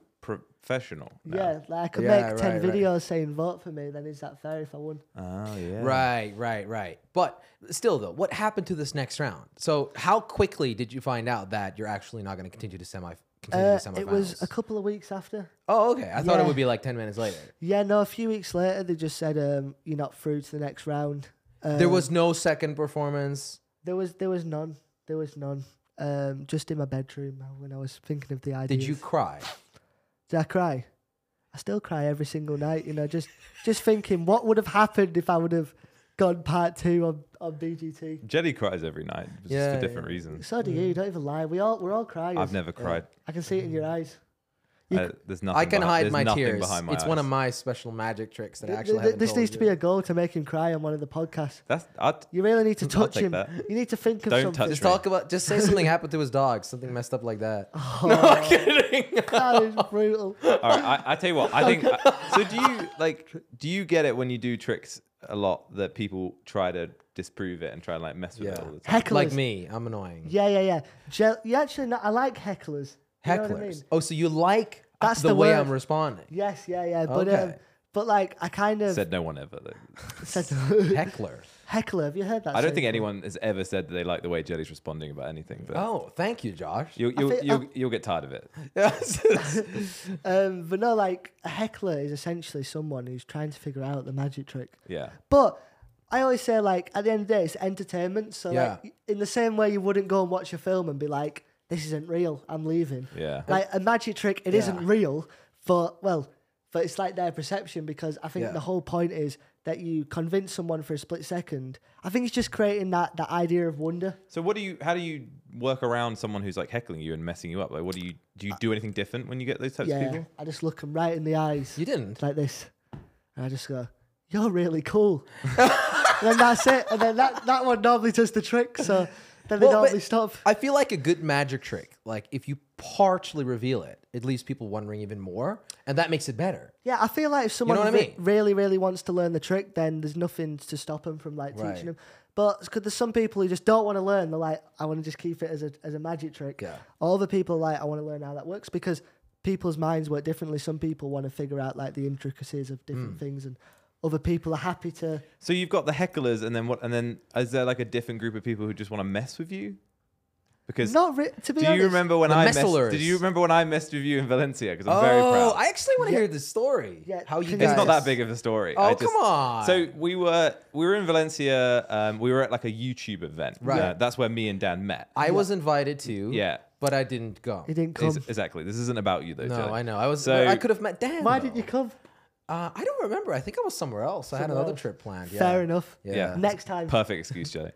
S2: professional. Now.
S1: Yeah, like I could
S3: Yeah,
S1: make 10
S3: right, right.
S1: videos saying vote for me, then is that fair if I won?
S2: Oh yeah.
S3: Right, right, right. But still though, what happened to this next round? So how quickly did you find out that you're actually not going to continue to semi continue
S1: Uh,
S3: to semifinals?
S1: it was a couple of weeks after.
S3: Oh, okay. I thought it
S1: Yeah.
S3: would be like 10 minutes later.
S1: Yeah, no, a few weeks later, they just said, um, you're not through to the next round. Um,
S3: there was no second performance.
S1: there was there was none. There was none. Um, just in my bedroom when I was thinking of the idea.
S3: Did you cry?
S1: Did I cry? I still cry every single night, you know, just just thinking what would have happened if I would have gone part two on, on BGT.
S2: Jelly cries every night, just
S3: Yeah,
S2: for different
S3: yeah.
S2: reasons.
S1: So do
S3: Mm.
S1: you, don't even lie. We all we're all crying.
S2: I've never cried.
S1: I can see it in your eyes.
S2: Uh, there's nothing.
S3: I can
S2: behi-
S3: hide
S2: there's
S3: my
S2: nothing
S3: tears.
S2: Behind my
S3: it's one of
S2: eyes.
S3: my special magic tricks that I
S1: Th-
S3: actually
S1: th-
S3: haven't
S1: this
S3: told
S1: needs
S3: you.
S1: to be a goal to make him cry on one of the podcasts.
S2: That's. I'd,
S1: You really need to touch
S2: take
S1: him.
S2: that.
S1: You need to think of
S2: Don't
S1: something.
S2: touch
S3: Just talk about. Just say something happened to his dog. Something messed up like that.
S1: <laughs> Oh.
S3: <laughs>
S1: <laughs> that is brutal.
S2: All right, I, I tell you what, I think. so do you like? Do you get it when you do tricks a lot that people try to disprove it and try and like mess with it
S3: Yeah.
S2: all the time.
S1: Hecklers.
S3: Like me, I'm annoying.
S1: Yeah, yeah, yeah. Je- yeah, actually, no, I like hecklers. You know
S3: Hecklers.
S1: what I mean?
S3: Oh, so you like
S1: That's
S3: the,
S1: the
S3: way
S1: word.
S3: I'm responding?
S1: <laughs> Yes, yeah, yeah. But
S3: Okay.
S1: um, but like I kind of
S2: Said no one ever. though.
S1: said
S3: Heckler.
S1: <laughs> heckler. Have you heard that?
S2: I don't
S1: saying
S2: think
S1: before?
S2: anyone has ever said that they like the way Jelly's responding about anything. But
S3: Oh, thank you, Josh.
S2: you'll you'll,
S1: feel- I-
S2: you'll, you'll get tired of it.
S1: Um, but no, like a heckler is essentially someone who's trying to figure out the magic trick.
S2: Yeah.
S1: But I always say, like, at the end of the day, it's entertainment. So,
S3: Yeah.
S1: like, in the same way you wouldn't go and watch a film and be like, this isn't real, I'm leaving.
S2: Yeah.
S1: Like, a magic trick, It not
S3: Yeah.
S1: real, but, well, but it's like their perception because I think
S3: Yeah.
S1: the whole point is that you convince someone for a split second. I think it's just creating that, that idea of wonder.
S2: So what do you? How do you work around someone who's like heckling you and messing you up? Like, what do you do? You do anything different when you get those types of
S1: yeah.
S2: people?
S1: I just look them right in the eyes.
S3: <laughs> you didn't.
S1: like this. And I just go, You're really cool. <laughs> and then that's it. And then that, that one normally does the trick. So then they
S3: Well, but
S1: normally stop.
S3: I feel like a good magic trick, like if you partially reveal it, it leaves people wondering even more, and that makes it better.
S1: Yeah, I feel like if someone
S3: what I
S1: re-
S3: mean?
S1: really, really wants to learn the trick, then there's nothing to stop them from like
S3: Right.
S1: teaching them. But because there's some people who just don't want to learn, they're like, I want to just keep it as a as a magic trick.
S3: Yeah.
S1: All the people are like, I want to learn how that works because people's minds work differently. Some people want to figure out like the intricacies of
S3: Hmm.
S1: different things, and other people are happy to.
S2: So you've got the hecklers, and then what? And then is there like a different group of people who just want to mess with you? Because
S1: Not re- to be
S2: do
S1: honest.
S2: you remember when
S3: The
S2: I messed?
S3: messlers.
S2: Did you remember when I messed with you in Valencia? Because I'm very proud.
S3: Oh, I actually want to hear the story.
S1: Yeah,
S3: how you
S1: can
S3: guys?
S1: you
S2: It's not that big of a story.
S3: Oh, come on.
S2: So we were we were in Valencia. Um, we were at like a YouTube event.
S3: Right.
S2: Uh, that's where me and Dan met.
S3: I was invited to.
S2: Yeah.
S3: but I didn't go.
S1: He didn't come.
S2: Ex- exactly. This isn't about you though.
S3: No,
S2: Jelly.
S3: I know. I was.
S2: So-
S3: I could have met Dan.
S1: Why
S3: though.
S1: didn't you come?
S3: Uh, I don't remember. I think I was somewhere else. I had
S1: Somewhere
S3: another
S1: else.
S3: trip planned. Yeah.
S1: Fair enough.
S3: Yeah.
S2: Yeah.
S1: Next time.
S2: Perfect excuse, Jelly.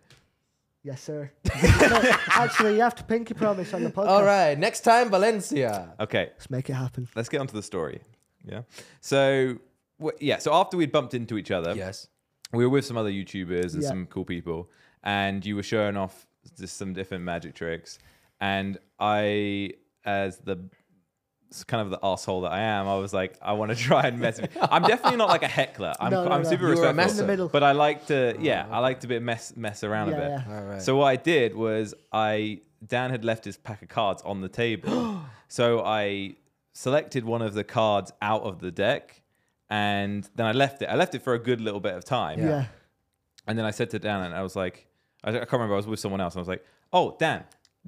S1: yes, sir. <laughs> No, actually, you have to pinky promise on the podcast.
S3: All right. Next time, Valencia.
S2: Okay.
S1: Let's make it happen.
S2: let's get onto the story. Yeah. So, wh- yeah. So after we'd bumped into each other,
S3: Yes.
S2: we were with some other YouTubers and
S1: Yeah.
S2: some cool people, and you were showing off just some different magic tricks. And I, as the s- kind of the asshole that I am, I was like, I want to <laughs> try and mess. with I'm definitely not like a heckler. I'm,
S1: No, no,
S2: I'm
S1: no.
S2: super
S1: You
S3: were a
S2: respectful.
S3: messer. In the
S1: middle.
S2: But I like to, yeah, I like to be mess mess around
S1: Yeah,
S2: a bit.
S1: yeah.
S3: All right.
S2: So what I did was I Dan had left his pack of cards on the
S1: <gasps>
S2: table, <gasps> so I selected one of the cards out of the deck, and then I left it. I left it for a good little bit of time,
S1: Yeah.
S2: and then I said to Dan, and I was like, I, don't- I can't remember. I was with someone else, and I was like, Oh, Dan,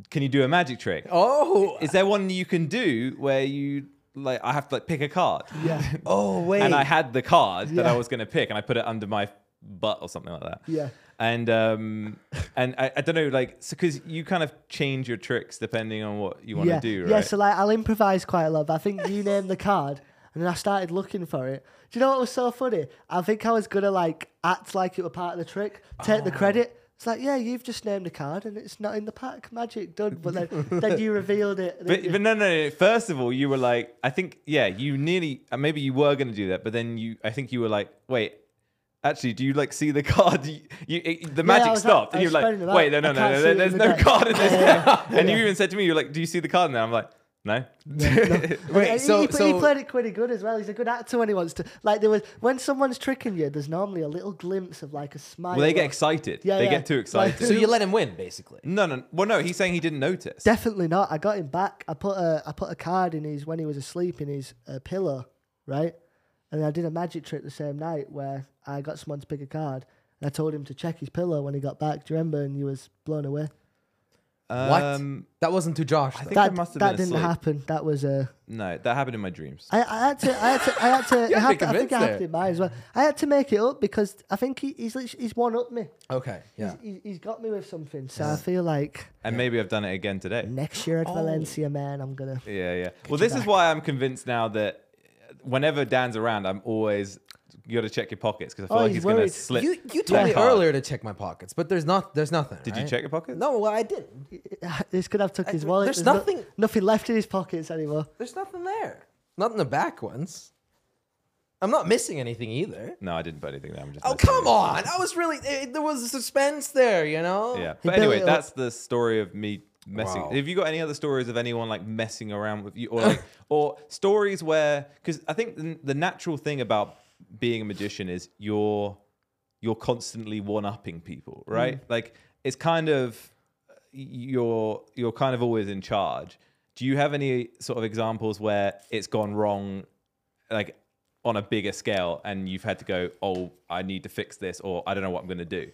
S2: can you do a magic trick?
S3: oh.
S2: Is there one you can do where you like I have to like pick a card?
S1: Yeah.
S3: oh wait.
S2: and I had the card that I
S1: Yeah.
S2: was going to pick, and I put it under my butt or something like that.
S1: Yeah.
S2: And um, and I, I don't know, like, because you kind of change your tricks depending on what you want to
S1: yeah.
S2: do, right?
S1: Yeah, so like I'll improvise quite a lot. But I think you named the card and then I started looking for it. Do you know what was so funny? I think I was gonna like act like it were part of the trick, take
S2: Ah.
S1: the credit. It's like, yeah, you've just named a card and it's not in the pack. Magic done. But
S2: <laughs>
S1: then, then you revealed it.
S2: but, but no, no, no. First of all, you were like, I think, yeah, you nearly, uh, maybe you were going to do that, but then you, I think you were like, wait. Actually, do you like see the <laughs> card? You, you it, the magic
S1: I was like-
S2: stopped,
S1: I
S2: and you're
S1: was
S2: like,
S1: spreading them
S2: "Wait, no,
S1: out.
S2: no,
S1: I
S2: no,
S1: can't see
S2: no
S1: it
S2: there-
S1: in
S2: there's
S1: the
S2: no
S1: deck.
S2: card in this."
S1: Yeah.
S2: and you even said to me, "You're like, do you see the card?" And then I'm like, "No." <laughs>
S3: wait.
S1: And
S3: so
S1: he,
S3: so
S1: he played it pretty good as well. He's a good actor when he wants to. Like there was when someone's tricking you, there's normally a little glimpse of like a smile.
S2: Well, they get
S1: or-
S2: excited.
S1: Yeah,
S2: they
S1: yeah.
S2: get too
S1: Like-
S2: excited.
S3: so you let him win basically.
S2: no, no. Well, no. He's saying he didn't notice.
S1: Definitely not. I got him back. I put a I put a card in his when he was asleep in his uh, pillow, right? And I did a magic trick the same night where I got someone to pick a card. And I told him to check his pillow when he got back. Do you remember? And he was blown away.
S2: Um,
S3: what? That wasn't to Josh.
S2: I
S3: though.
S2: think I
S1: That,
S2: must have
S1: that
S2: been
S1: didn't
S2: asleep.
S1: happen. That was a.
S2: No, that happened in my dreams.
S1: I, I had to. I had to. I had
S2: <laughs>
S1: to. I,
S3: have to
S1: had to I think
S3: convince
S1: I had to
S3: her.
S1: in mine as well. I had to make it up because I think he, he's lit- he's one up me.
S3: Okay. Yeah.
S1: He's, he's- he's got me with something. So I feel like
S2: And maybe I've done it again today.
S1: next year at
S2: Oh.
S1: Valencia, man, I'm gonna. <laughs>
S2: Yeah, yeah. Well, this is why I'm convinced now that whenever Dan's around, I'm always you got to check your pockets because I feel
S1: Oh,
S2: like
S1: he's
S2: he's going to
S1: worried.
S2: slip.
S3: You you told
S2: that
S3: me
S2: card.
S3: earlier to check my pockets, but there's not there's nothing.
S2: Did you
S3: right?
S2: check your pockets?
S3: No, well I didn't.
S1: This could have took his
S3: I-
S2: Uh,
S1: wallet.
S3: there's
S1: no-
S3: nothing-
S1: nothing left in his pockets anymore.
S3: There's nothing there. Not in the back ones. I'm not missing anything either.
S2: No, I didn't put anything there. I'm just
S3: Oh
S2: messing
S3: come
S2: with
S3: on! I was really it, there was a suspense there, you know.
S2: you. Yeah.
S1: He
S2: But
S1: built
S2: anyway,
S1: it up.
S2: that's the story of me messing.
S3: Wow.
S2: Have you got any other stories of anyone like messing around with you,
S3: <laughs>
S2: or like, or stories where? Because I think the, the natural thing about being a magician is you're you're constantly one upping people,
S3: Mm.
S2: right? Like it's kind of you're you're kind of always in charge. Do you have any sort of examples where it's gone wrong, like on a bigger scale, and you've had to go, "Oh, I need to fix this," or "I don't know what I'm going to do,"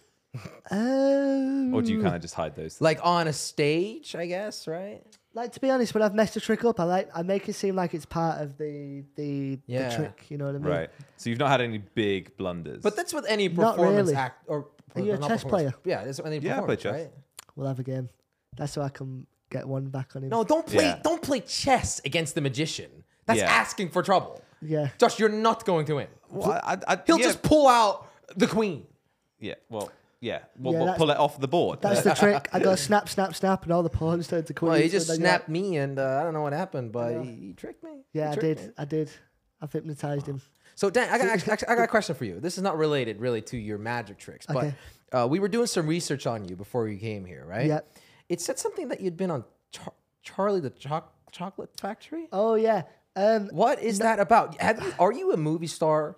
S1: Um,
S3: Oh.
S2: or do
S3: Mm.
S2: you kind of just hide those?
S3: Like on a stage, I guess, right?
S1: like to be honest, when I've messed a trick up, I like I make it seem like it's part of the the,
S3: Yeah.
S1: the trick. You know what I mean?
S2: Right. So you've not had any big blunders.
S3: But that's with any
S1: Not
S3: performance
S1: really.
S3: act or
S1: Are you a
S3: not
S1: chess
S3: performance.
S1: player?
S3: Yeah, that's with any
S2: Yeah, I play
S3: performance,
S2: chess.
S3: right?
S1: We'll have a game. That's so I can get one back on him.
S3: No, don't play
S2: Yeah.
S3: don't play chess against the magician. That's
S2: Yeah.
S3: asking for trouble.
S1: Yeah.
S3: Josh, you're not going to win.
S2: Well, I- I- I-
S3: He'll
S2: yeah,
S3: just pull out the queen.
S2: yeah. Well, yeah. Well,
S1: Yeah,
S2: we'll
S1: that's-
S2: pull it off the board.
S1: That's the trick. I go snap, snap, snap, and all the pawns turn to queens.
S3: Well, he
S1: and
S3: just
S1: then you're like-
S3: snapped me, and uh, I don't know what happened, but he, he tricked me. He
S1: yeah, I
S3: tricked
S1: did.
S3: me.
S1: I did. I've hypnotized him.
S3: So, Dan, I got, actually, actually, I got a question for you. This is not related really to your magic tricks, but
S1: Okay.
S3: uh, we were doing some research on you before you came here, right?
S1: Yep.
S3: It said something that you'd been on Char- Charlie the Choc Chocolate Factory.
S1: Oh yeah. Um,
S3: What is that about? Have you, are you a movie star?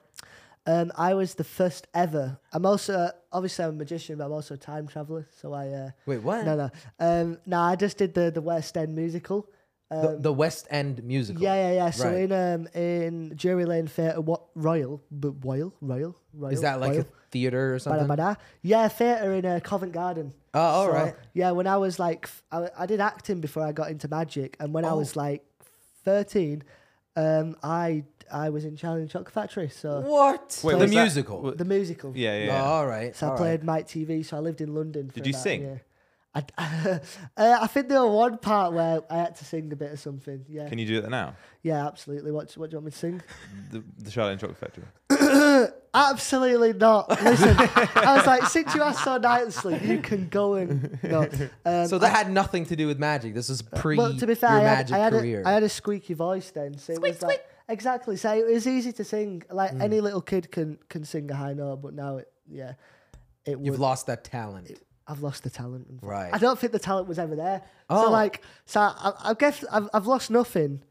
S1: um, I was the first ever. I'm also obviously I'm a magician, but I'm also a time traveler. So I. Uh,
S3: Wait, what?
S1: No, no. Um, no, I just did the the West End musical.
S3: The, the West End musical.
S1: Um, Yeah, yeah, yeah. So
S3: Right.
S1: in um in Drury Lane Theatre, what Royal, but Royal, Royal, Royal.
S3: Is that like
S1: Royal,
S3: a theater or something?
S1: bada, bada. Yeah, theatre in uh, Covent Garden.
S3: Oh, all right.
S1: Yeah, when I was like, f- I, I did acting before I got into magic, and when I
S3: Oh.
S1: was like thirteen, um, I I was in Charlie and the Chocolate Factory, so
S3: What?
S2: Wait,
S3: the
S2: was that-
S3: musical.
S2: w-
S1: the musical.
S2: <laughs> yeah, yeah.
S3: Oh,
S2: yeah.
S3: all right.
S1: So I
S3: all
S1: played Mike TV. So I lived in London. For
S2: Did you
S1: about a
S2: sing?
S1: year. I, <laughs> uh, I think there was one part where I had to sing a bit of something. Yeah,
S2: Can you do that now?
S1: yeah, absolutely. What, what do you want me to sing?
S2: The, the Charlotte and Chocolate Factory.
S1: Absolutely not. Listen, I was like, since you asked so nicely, you can go and
S3: <laughs>
S1: no. Um,
S3: So that had nothing to do with magic. This is pre
S1: well, to be fair,
S3: your
S1: I had,
S3: magic
S1: I, had
S3: career.
S1: a, I had a squeaky voice then, so it was like exactly. So it was easy to sing. Like
S3: Hmm.
S1: any little kid can can sing a high note, but now it yeah, it
S3: You've
S1: was.
S3: lost that talent.
S1: I've lost the talent. unfortunately.
S3: Right.
S1: I don't think the talent was ever there.
S3: Oh.
S1: So like, so I, I guess I've, I've lost nothing,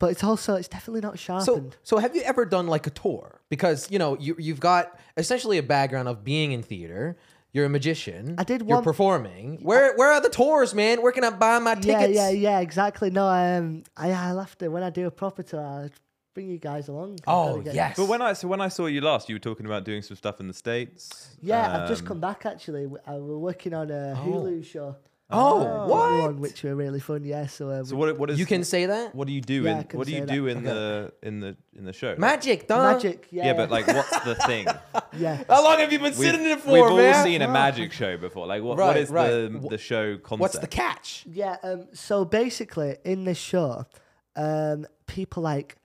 S1: but it's also it's definitely not
S3: So,
S1: sharpened.
S3: so have you ever done like a tour? Because you know you you've got essentially a background of being in theater. You're a magician.
S1: I did
S3: You're
S1: one-
S3: performing. Where where are the tours, man? Where can I buy my
S1: yeah,
S3: tickets?
S1: yeah, yeah, exactly. No, um, I I love to when I do a proper tour, I bring you guys along. There
S3: Oh
S1: we go.
S3: yes.
S2: But when I so when I saw you last, you were talking about doing some stuff in the states.
S1: Yeah, I've just
S2: Um,
S1: come back actually. W- I we're working on a Hulu show.
S3: Oh,
S1: that we
S3: what?
S1: were on, which were really fun. Yeah, so, uh,
S2: So what what is
S3: you can say that
S2: what do you do
S1: Yeah, I
S2: in
S1: can
S2: what do you
S1: say
S2: do
S1: that.
S2: in the in the in the show?
S3: magic, done.
S1: magic. Yeah,
S2: uh, Yeah, but like what's
S1: <laughs>
S2: the thing?
S1: yeah.
S3: How long have you been
S2: We've,
S3: sitting in it for,
S2: we've all
S3: man?
S2: seen a magic show before. Like what,
S3: Right,
S2: what is
S3: right.
S2: the the show concept?
S3: What's the catch?
S1: Yeah. Um, so basically, in this show, um, people like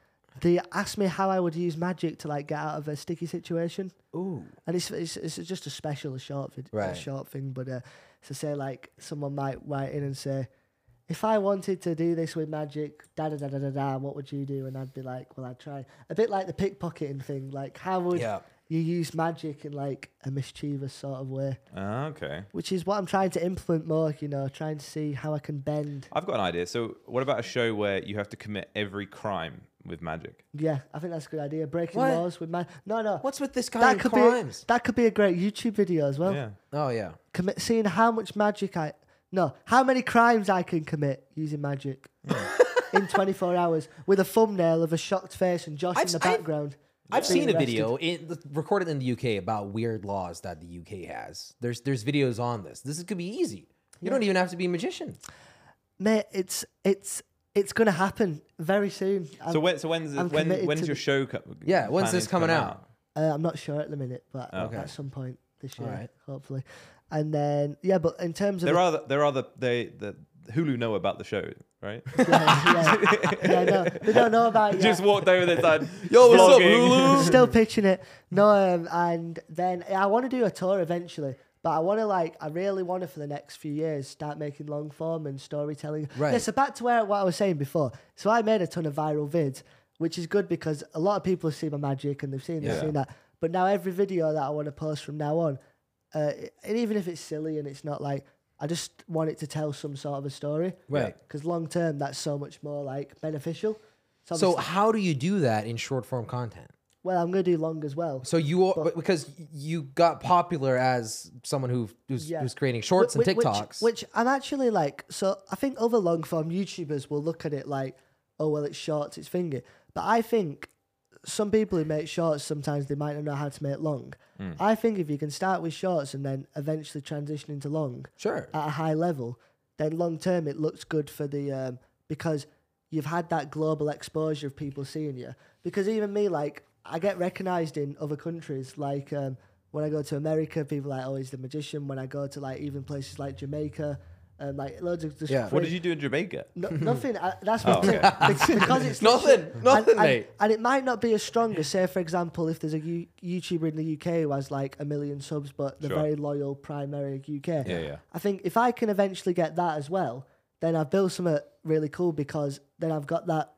S1: they asked me how I would use magic to like get out of a sticky situation. Ooh. And it's it's, it's just a special, a short vid- a
S3: Right.
S1: short thing. But uh, so say like someone might write in and say. If I wanted to do this with magic, da da da da da da, what would you do? And I'd be like, well, I'd try a bit like the pickpocketing thing. Like, how would
S3: Yeah.
S1: you use magic in like a mischievous sort of way?
S2: Ah, okay.
S1: Which is what I'm trying to implement more. You know, trying to see how I can bend
S2: I've got an idea. So what about a show where you have to commit every crime with magic?
S1: Yeah, I think that's a good idea. Breaking
S3: What?
S1: laws with man. No, no.
S3: What's with this guy
S1: that
S3: and
S1: could
S3: crimes?
S1: be that could be a great YouTube video as well.
S2: yeah.
S3: oh yeah.
S1: Commit, seeing how much magic I no, how many crimes I can commit using
S3: <laughs>
S1: magic in 24 hours with a thumbnail of a shocked face and Josh
S3: I've
S1: in the
S3: s- I've-
S1: background.
S3: I've
S1: being
S3: seen a
S1: arrested.
S3: video in, th- recorded in the UK about weird laws that the UK has. There's there's videos on this. This could be easy. You don't even have to be a magician.
S1: Mate, it's it's it's gonna happen very soon. I'm,
S2: So when so when's
S1: I'm
S2: when
S1: committed
S2: when's
S1: to
S2: your
S1: the-
S2: show co-
S3: Yeah, when's
S2: planning
S3: this
S2: to come
S3: coming out?
S1: uh, I'm not sure at the minute, but
S2: Okay.
S1: at some point this year,
S3: Oh, Alright.
S1: hopefully. And then yeah, but in terms of
S2: There
S1: the-
S2: are the, there are the they the Hulu know about the show, right?
S1: <laughs> yeah, yeah, yeah, no, they don't know about
S3: <laughs>
S1: it. yet.
S2: Just walked over there and said,
S3: Yo, what's up,
S2: "Vlogging."
S1: <laughs>
S3: Hulu?
S1: still pitching it. No, um, and then I want to do a tour eventually, but I want to like I really want to for the next few years start making long form and storytelling.
S3: Right.
S1: Yeah, so back to where what I was saying before. So I made a ton of viral vids, which is good because a lot of people have seen my magic and they've seen this,
S2: Yeah.
S1: seen that. But now every video that I want to post from now on, uh, and even if it's silly and it's not like. I just want it to tell some sort of a story,
S3: Right.
S1: Because long term, that's so much more like beneficial.
S3: So
S1: obviously-
S3: how do you do that in short form content?
S1: well, I'm going to do long as well.
S3: So you are, because you got popular as someone who who's,
S1: Yeah.
S3: who's creating shorts
S1: Wh-
S3: and
S1: wh- which-
S3: TikToks.
S1: Which, I'm actually like, so I think other long form YouTubers will look at it like, oh, well, it's shorts, it's finger. But I think some people who make shorts sometimes they might not know how to make long.
S3: Hmm.
S1: I think if you can start with shorts and then eventually transition into long
S3: sure.
S1: at a high level, then long term it looks good for the, um, because you've had that global exposure of people seeing you. Because even me, like, I get recognized in other countries, like, um, when I go to America, people are like, oh, he's the magician. When I go to like even places like Jamaica, and like loads of just
S3: Yeah.
S2: What did you do in Jamaica?
S3: <laughs>
S1: no, nothing. I, that's
S2: Oh,
S1: what I'm saying. Be- because it's literally-
S3: Nothing, nothing,
S1: and, and-
S3: mate.
S1: And it might not be as strong as, say, for example, if there's a U- YouTuber in the UK who has like a million subs, but they're
S2: Sure.
S1: very loyal primary UK.
S2: Yeah, yeah.
S1: I think if I can eventually get that as well, then I've built something really cool because then I've got that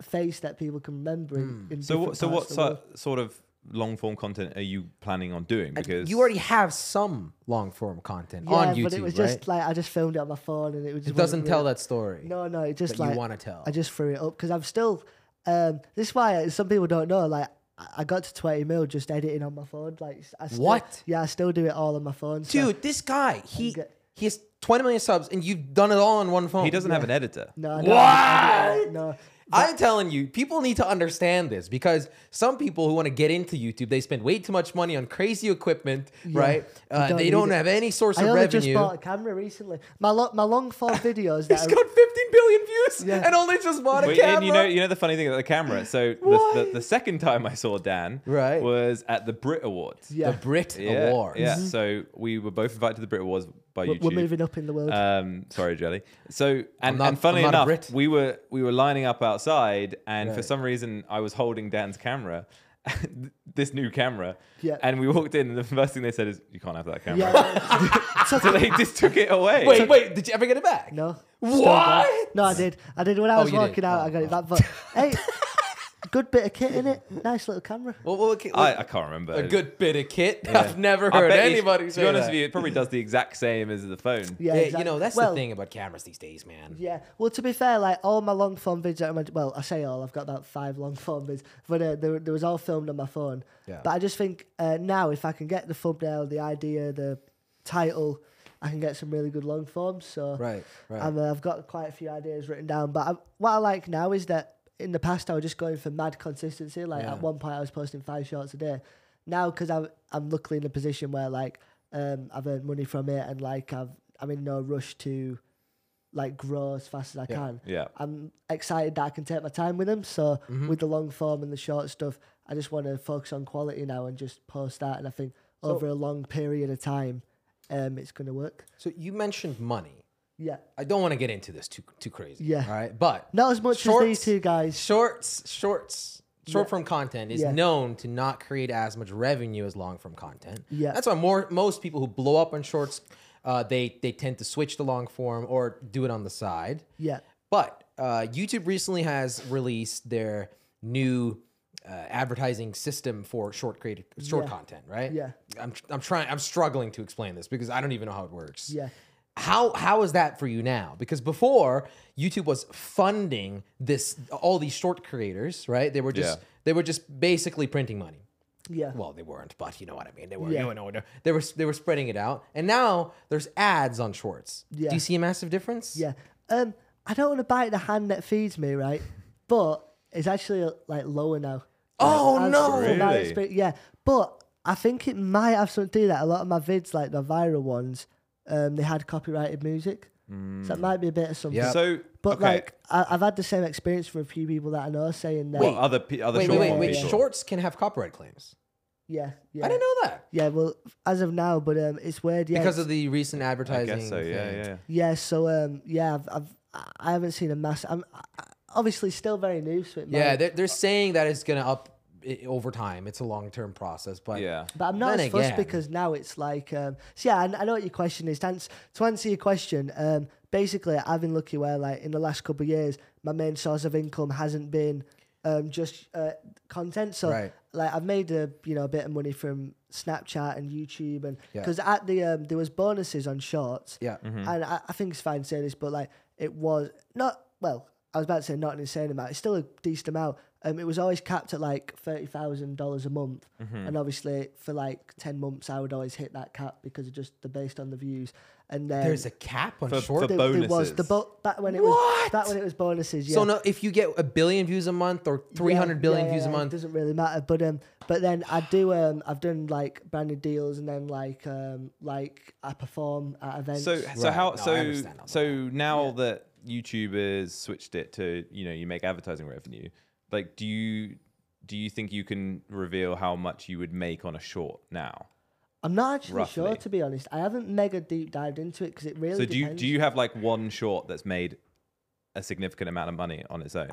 S1: face that people can remember. In,
S3: Hmm.
S1: in
S2: So what?
S1: different
S2: So
S1: parts
S2: what
S1: of the world.
S2: so, sort of long form content are you planning on doing? Because
S3: you already have some long form content
S1: Yeah,
S3: on YouTube,
S1: but it was
S3: right?
S1: just like I just filmed it on my phone, and it was. Just
S3: it doesn't
S1: wasn't
S3: tell
S1: real.
S3: that story.
S1: No, no, it just
S3: that you
S1: like
S3: wanna tell.
S1: I just threw it up because I'm still. Um, this is why some people don't know. Like I I got to twenty mil just editing on my phone. Like I still,
S3: What?
S1: Yeah, I still do it all on my phone. so-
S3: Dude, this guy, he
S1: good.
S3: he has 20 million subs, and you've done it all on one
S2: <laughs>
S3: phone.
S2: he doesn't have an editor.
S1: no, I don't have to edit it, no.
S3: I'm telling you, people need to understand this because some people who want to get into YouTube, they spend way too much money on crazy equipment, right? Uh,
S1: don't
S3: they
S1: need
S3: don't
S1: it.
S3: have any source
S1: I
S3: of
S1: only just
S3: revenue.
S1: bought a camera recently. My lo- my long
S3: <laughs>
S1: form videos that
S3: He's
S1: are-
S3: got 15 billion views
S1: Yeah.
S3: and only just bought a
S2: But,
S3: camera.
S2: and you know, you know the funny thing about the camera. So the, the, the second time I saw Dan
S3: Right.
S2: was at the Brit
S1: <laughs>
S2: Awards.
S1: yeah, Mm-hmm.
S3: The Brit
S2: yeah,
S3: Awards.
S2: Yeah. So we were both invited to the Brit Awards by
S1: we're,
S2: YouTube.
S1: we're moving up in the world.
S2: Um, sorry, Jelly. So and,
S3: not-
S2: and funnily
S3: I'm not a
S2: enough,
S3: Brit.
S2: we were we were lining up outside, and for
S3: Right.
S2: some reason, I was holding Dan's camera. <laughs> this new camera
S1: Yeah.
S2: and we walked in and the first thing they said is you can't have that camera
S1: yeah,
S2: <laughs>
S3: <laughs>
S1: no, so-
S2: so they just took it away
S3: Wait, wait, did you ever get it back?
S1: no, still got it.
S3: What?
S1: No, I did. I did when I was
S3: you did.
S1: walking out.
S3: Oh,
S1: I got it back. But
S3: <laughs>
S1: hey, good bit of kit in it. Nice little camera.
S3: Well, well, okay,
S2: I,
S3: well,
S2: I can't remember
S3: a good bit of kit. I've
S2: Yeah.
S3: never
S2: I
S3: heard
S2: bet it-
S3: anybody
S2: to
S3: say
S2: be honest
S3: that.
S2: with you it probably does the exact same as the phone
S1: Yeah,
S3: Yeah,
S1: exact-
S3: you know, that's
S1: well,
S3: the thing about cameras these days, man.
S1: Yeah. Well, to be fair, like all my long form vids, that I'm- well, I say all, I've got about five long form vids, but uh, there, there was all filmed on my phone.
S3: Yeah.
S1: But I just think uh, now, if I can get the thumbnail, the idea, the title, I can get some really good long forms. So
S3: Right, right.
S1: I'm, uh, I've got quite a few ideas written down. But I, what I like now is that in the past, I was just going for mad consistency. Like at one point, I was posting five shorts a day. Now, because I'm, I'm luckily in a position where like um, I've earned money from it and like I've, I'm in no rush to like grow as fast as I can.
S2: Yeah. Mm-hmm.
S1: I'm excited that I can take my time with them. So with the long form and the short stuff, I just want to focus on quality now and just post that. And I think over a long period of time, um, it's going to work.
S3: So you mentioned money.
S1: Yeah.
S3: I don't want to get into this too too crazy.
S1: Yeah.
S3: All right. But
S1: Not as much as these two guys.
S3: Shorts, shorts, short form content is
S1: Yeah.
S3: known to not create as much revenue as long form content.
S1: Yeah.
S3: That's why more most people who blow up on shorts, uh, they they tend to switch to long form or do it on the side.
S1: Yeah.
S3: But uh, YouTube recently has released their new uh, advertising system for short creative short
S1: Yeah.
S3: content, right?
S1: Yeah.
S3: I'm I'm trying I'm struggling to explain this because I don't even know how it works.
S1: Yeah.
S3: How how is that for you now? Because before YouTube was funding this all these short creators, right? They were just
S2: Yeah.
S3: they were just basically printing money.
S1: Yeah.
S3: Well, they weren't, but you know what I mean. They were,
S1: Yeah.
S3: you know, they were they were spreading it out, and now there's ads on shorts.
S1: Yeah.
S3: Do you see a massive difference?
S1: Yeah. Um, I don't want to bite the hand that feeds me,
S2: <laughs>
S1: right? But it's actually uh, like lower now.
S3: Oh,
S1: As-
S3: no.
S1: from my
S2: Really?
S1: experience- Yeah. But I think it might have something to do with that. A lot of my vids, like the viral ones, um, they had copyrighted music. So it might be a bit of something.
S3: Yeah.
S2: so
S1: But
S2: okay.
S1: like, I, I've had the same experience from a few people that I know saying that.
S2: Well, other pe- other
S3: Wait,
S2: short
S3: wait, wait,
S2: form
S3: wait.
S2: people.
S3: Shorts can have copyright claims.
S1: Yeah. Yeah.
S3: I didn't know that
S1: Yeah. Well, as of now, but um, it's weird. Yeah.
S3: because of the recent advertising.
S2: I guess so. Yeah,
S3: thing.
S2: yeah.
S1: Yeah, so um, yeah, I've, I've I haven't seen a mass. I'm I- obviously still very new, so it might,
S3: Yeah, they're, they're saying that it's gonna up i over time. It's a long term process, but
S2: Yeah.
S1: but I'm not
S3: then
S1: as fussed
S3: again-
S1: because now it's like um, so yeah, I, I know what your question is. To answer, to answer your question, um, basically I've been lucky where like in the last couple of years, my main source of income hasn't been um, just uh, content. So
S3: Right.
S1: like I've made a you know a bit of money from Snapchat and YouTube, and
S3: Yeah.
S1: because at the um, there was bonuses on shorts.
S3: Yeah.
S1: and I, I think it's fine to say this, but like it was not well. I was about to say not an insane amount. It's still a decent amount, um, it was always capped at like thirty thousand dollars a month,
S3: Mm-hmm.
S1: and obviously for like ten months I would always hit that cap because of just the based on the views. And then
S3: There's a cap on
S2: For-
S3: short.
S2: for-
S1: there, there was the bo-
S2: bonuses.
S1: back when it was
S3: What?
S1: back when it was bonuses. Yeah.
S3: So no, if you get a billion views a month or three hundred billion
S1: yeah,
S3: views a
S1: yeah,
S3: month,
S1: It doesn't really matter. But um, but then I do um, I've done like branded deals, and then like um, like I perform at events.
S2: So so
S3: Right,
S2: how
S3: no, I
S2: so
S3: understand all
S2: so now that YouTube has switched it to you know you make advertising revenue, like do you do you think you can reveal how much you would make on a short now?
S1: I'm not actually sure
S2: Roughly.
S1: to be honest. I haven't mega deep dived into it because it really.
S2: So do you
S1: depends.
S2: do you have like one short that's made a significant amount of money on its own?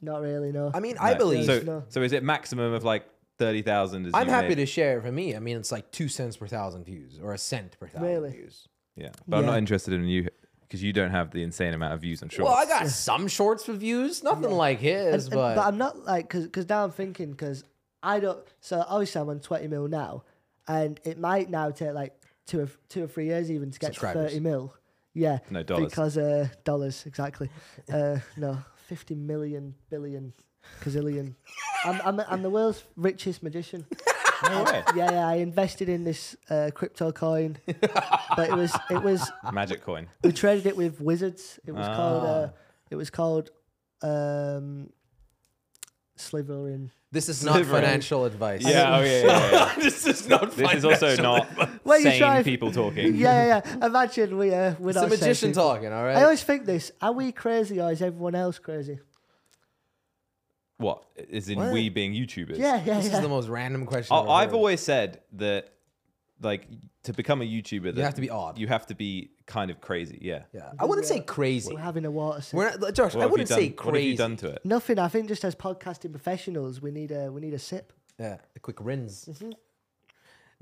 S1: Not really. No.
S3: I mean, I
S2: No.
S3: believe
S2: So,
S1: No.
S2: so is it maximum of like thirty thousand?
S3: I'm happy to share. For me, I mean, it's like two cents per thousand views or a cent per thousand
S1: Really?
S3: views.
S2: Yeah, but I'm
S1: Yeah.
S2: not interested in you because you don't have the insane amount of views on shorts.
S3: Well, I got some shorts with views, nothing like his,
S1: And-
S3: but,
S1: and- I'm not like because because now I'm thinking because I don't. So obviously I'm on 20 mil now, and it might now take like two or two or three years even to get to
S3: Subscribers.
S1: 30 mil. Yeah,
S2: No, dollars.
S1: because uh, dollars exactly. Uh, no, 50 million billion gazillion. I'm, I'm I'm the world's richest magician.
S2: no way.
S1: Yeah, yeah. I invested in this uh, crypto coin, but it was it was
S2: Magic coin.
S1: we traded it with wizards. It was called. Uh,
S3: Ah.
S1: it was called. Um, Sliverin.
S3: this is not
S2: Slivering.
S3: financial advice.
S2: Yeah, oh, yeah, yeah, yeah.
S3: <laughs> this is not.
S2: This is also not
S1: Well, you try-
S2: sane people
S3: <laughs>
S2: talking.
S1: Yeah, yeah, yeah. Imagine we uh, we're
S3: It's a
S1: not safe
S3: magician
S1: people.
S3: talking. All right.
S1: I always think this: Are we crazy or is everyone else crazy?
S2: What is in
S3: What?
S2: we being YouTubers?
S1: Yeah, yeah,
S3: this
S1: yeah.
S3: is the most random
S2: I,
S3: question. I've ever
S2: Oh, I've
S3: heard.
S2: always said that, like, to become a YouTuber, that
S3: have to be odd.
S2: You have to be kind of crazy. Yeah.
S3: Yeah. I wouldn't say crazy.
S1: We're having a water. sip.
S3: We're not, Josh.
S2: What
S3: I
S2: have you
S3: wouldn't
S2: done,
S3: say
S2: What have you
S3: crazy.
S2: done to it?
S1: Nothing. I think just as podcasting professionals, we need a we need a sip.
S3: Yeah, a quick rinse.
S1: Mm-hmm.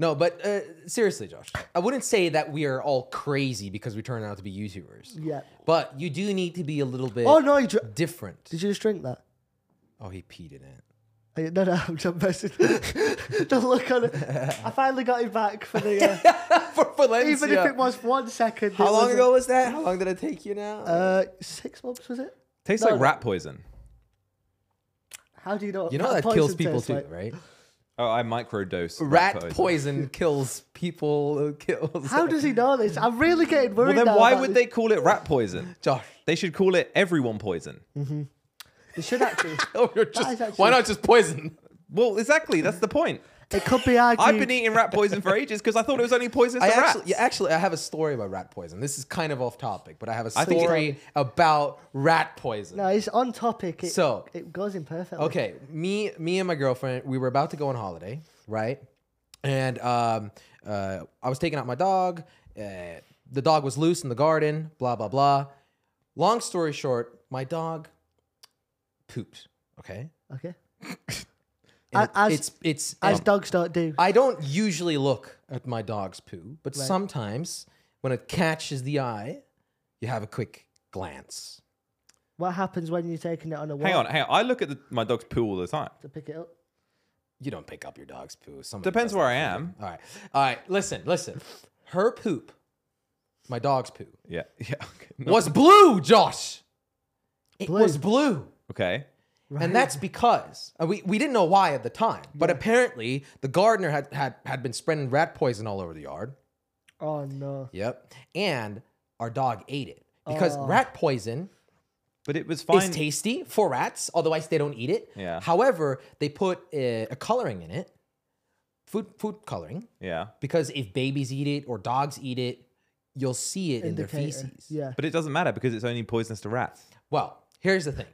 S3: No, but uh, seriously, Josh, I wouldn't say that we are all crazy because we turn out to be YouTubers.
S1: Yeah.
S3: But you do need to be a little bit
S1: Oh no! You dr-
S3: different.
S1: did you just drink that?
S3: oh, he peed in it.
S1: <laughs> Uh, No, no, I'm just messing. <laughs> Don't look on it. I finally got it back for
S3: <laughs>
S1: the. Uh,
S3: For Valencia.
S1: even if it was one second. it
S3: How long
S1: was-
S3: ago was that? How long did it take you now?
S1: Uh, six months was it?
S2: Tastes
S1: No,
S2: like
S1: no.
S2: rat poison.
S1: How do you know? what
S3: you know
S1: rat
S3: that kills
S1: poison
S3: people
S1: tastes
S3: too,
S1: like?
S3: right?
S2: Oh, I microdose.
S3: Rat poison kills people. <laughs> uh, Kills.
S1: How does he know this? I'm really getting worried.
S2: Well, then
S1: now
S2: why
S1: about
S2: would
S1: this.
S2: they call it
S3: <laughs>
S2: rat poison?
S3: Josh?
S2: They should call it everyone poison.
S1: They should actually.
S3: Oh, you're
S1: is
S3: just,
S1: actually-
S3: why not just poison?
S2: Well, exactly. That's the point.
S1: It could
S3: <laughs>
S1: be argued.
S2: I've been eating rat poison for ages because I thought it was only poisonous
S3: I
S2: to
S3: actually,
S2: rats.
S3: yeah, actually, I have a story about rat poison. This is kind of off topic, but I have a
S2: think-
S3: story about rat poison.
S1: No, it's on topic. It,
S3: So-
S1: it goes in perfectly.
S3: Okay, me, me and my girlfriend, we were about to go on holiday, right? And um, uh, I was taking out my dog. Uh, the dog was loose in the garden. Blah blah blah. Long story short, my dog pooped. Okay,
S1: Okay.
S3: And
S1: As-
S3: it's it's
S1: As
S3: and-
S1: dogs don't do.
S3: I don't usually look at my dog's poo, but sometimes when it catches the eye, you have a quick glance.
S1: what happens when you're taking it on a walk
S2: Hang on, hang on. I look at the, my dog's poo all the time.
S1: to pick it up?
S3: You don't pick up your dog's poo. Somebody
S2: Depends
S3: does
S2: where
S3: that
S2: I
S3: for you.
S2: am.
S3: All right. All right. Listen, listen. Her poop, my dog's poo,
S2: Yeah, <laughs> yeah. Okay. No.
S3: was blue, Josh. It
S1: Blue.
S3: was blue.
S2: okay.
S3: And that's because uh, we, we didn't know why at the time, but apparently the gardener had, had, had been spreading rat poison all over the yard.
S1: Oh no.
S3: Yep. And our dog ate it because
S2: Oh.
S3: rat poison
S2: But it was fine.
S3: It's tasty for rats, otherwise they don't eat it.
S2: Yeah.
S3: However, they put eh, a, a coloring in it, food food coloring,
S2: yeah.
S3: because if babies eat it or dogs eat it, you'll see it in their
S1: Indicator.
S3: feces.
S1: Yeah.
S2: But it doesn't matter because it's only poisonous to rats.
S3: Well, here's the thing.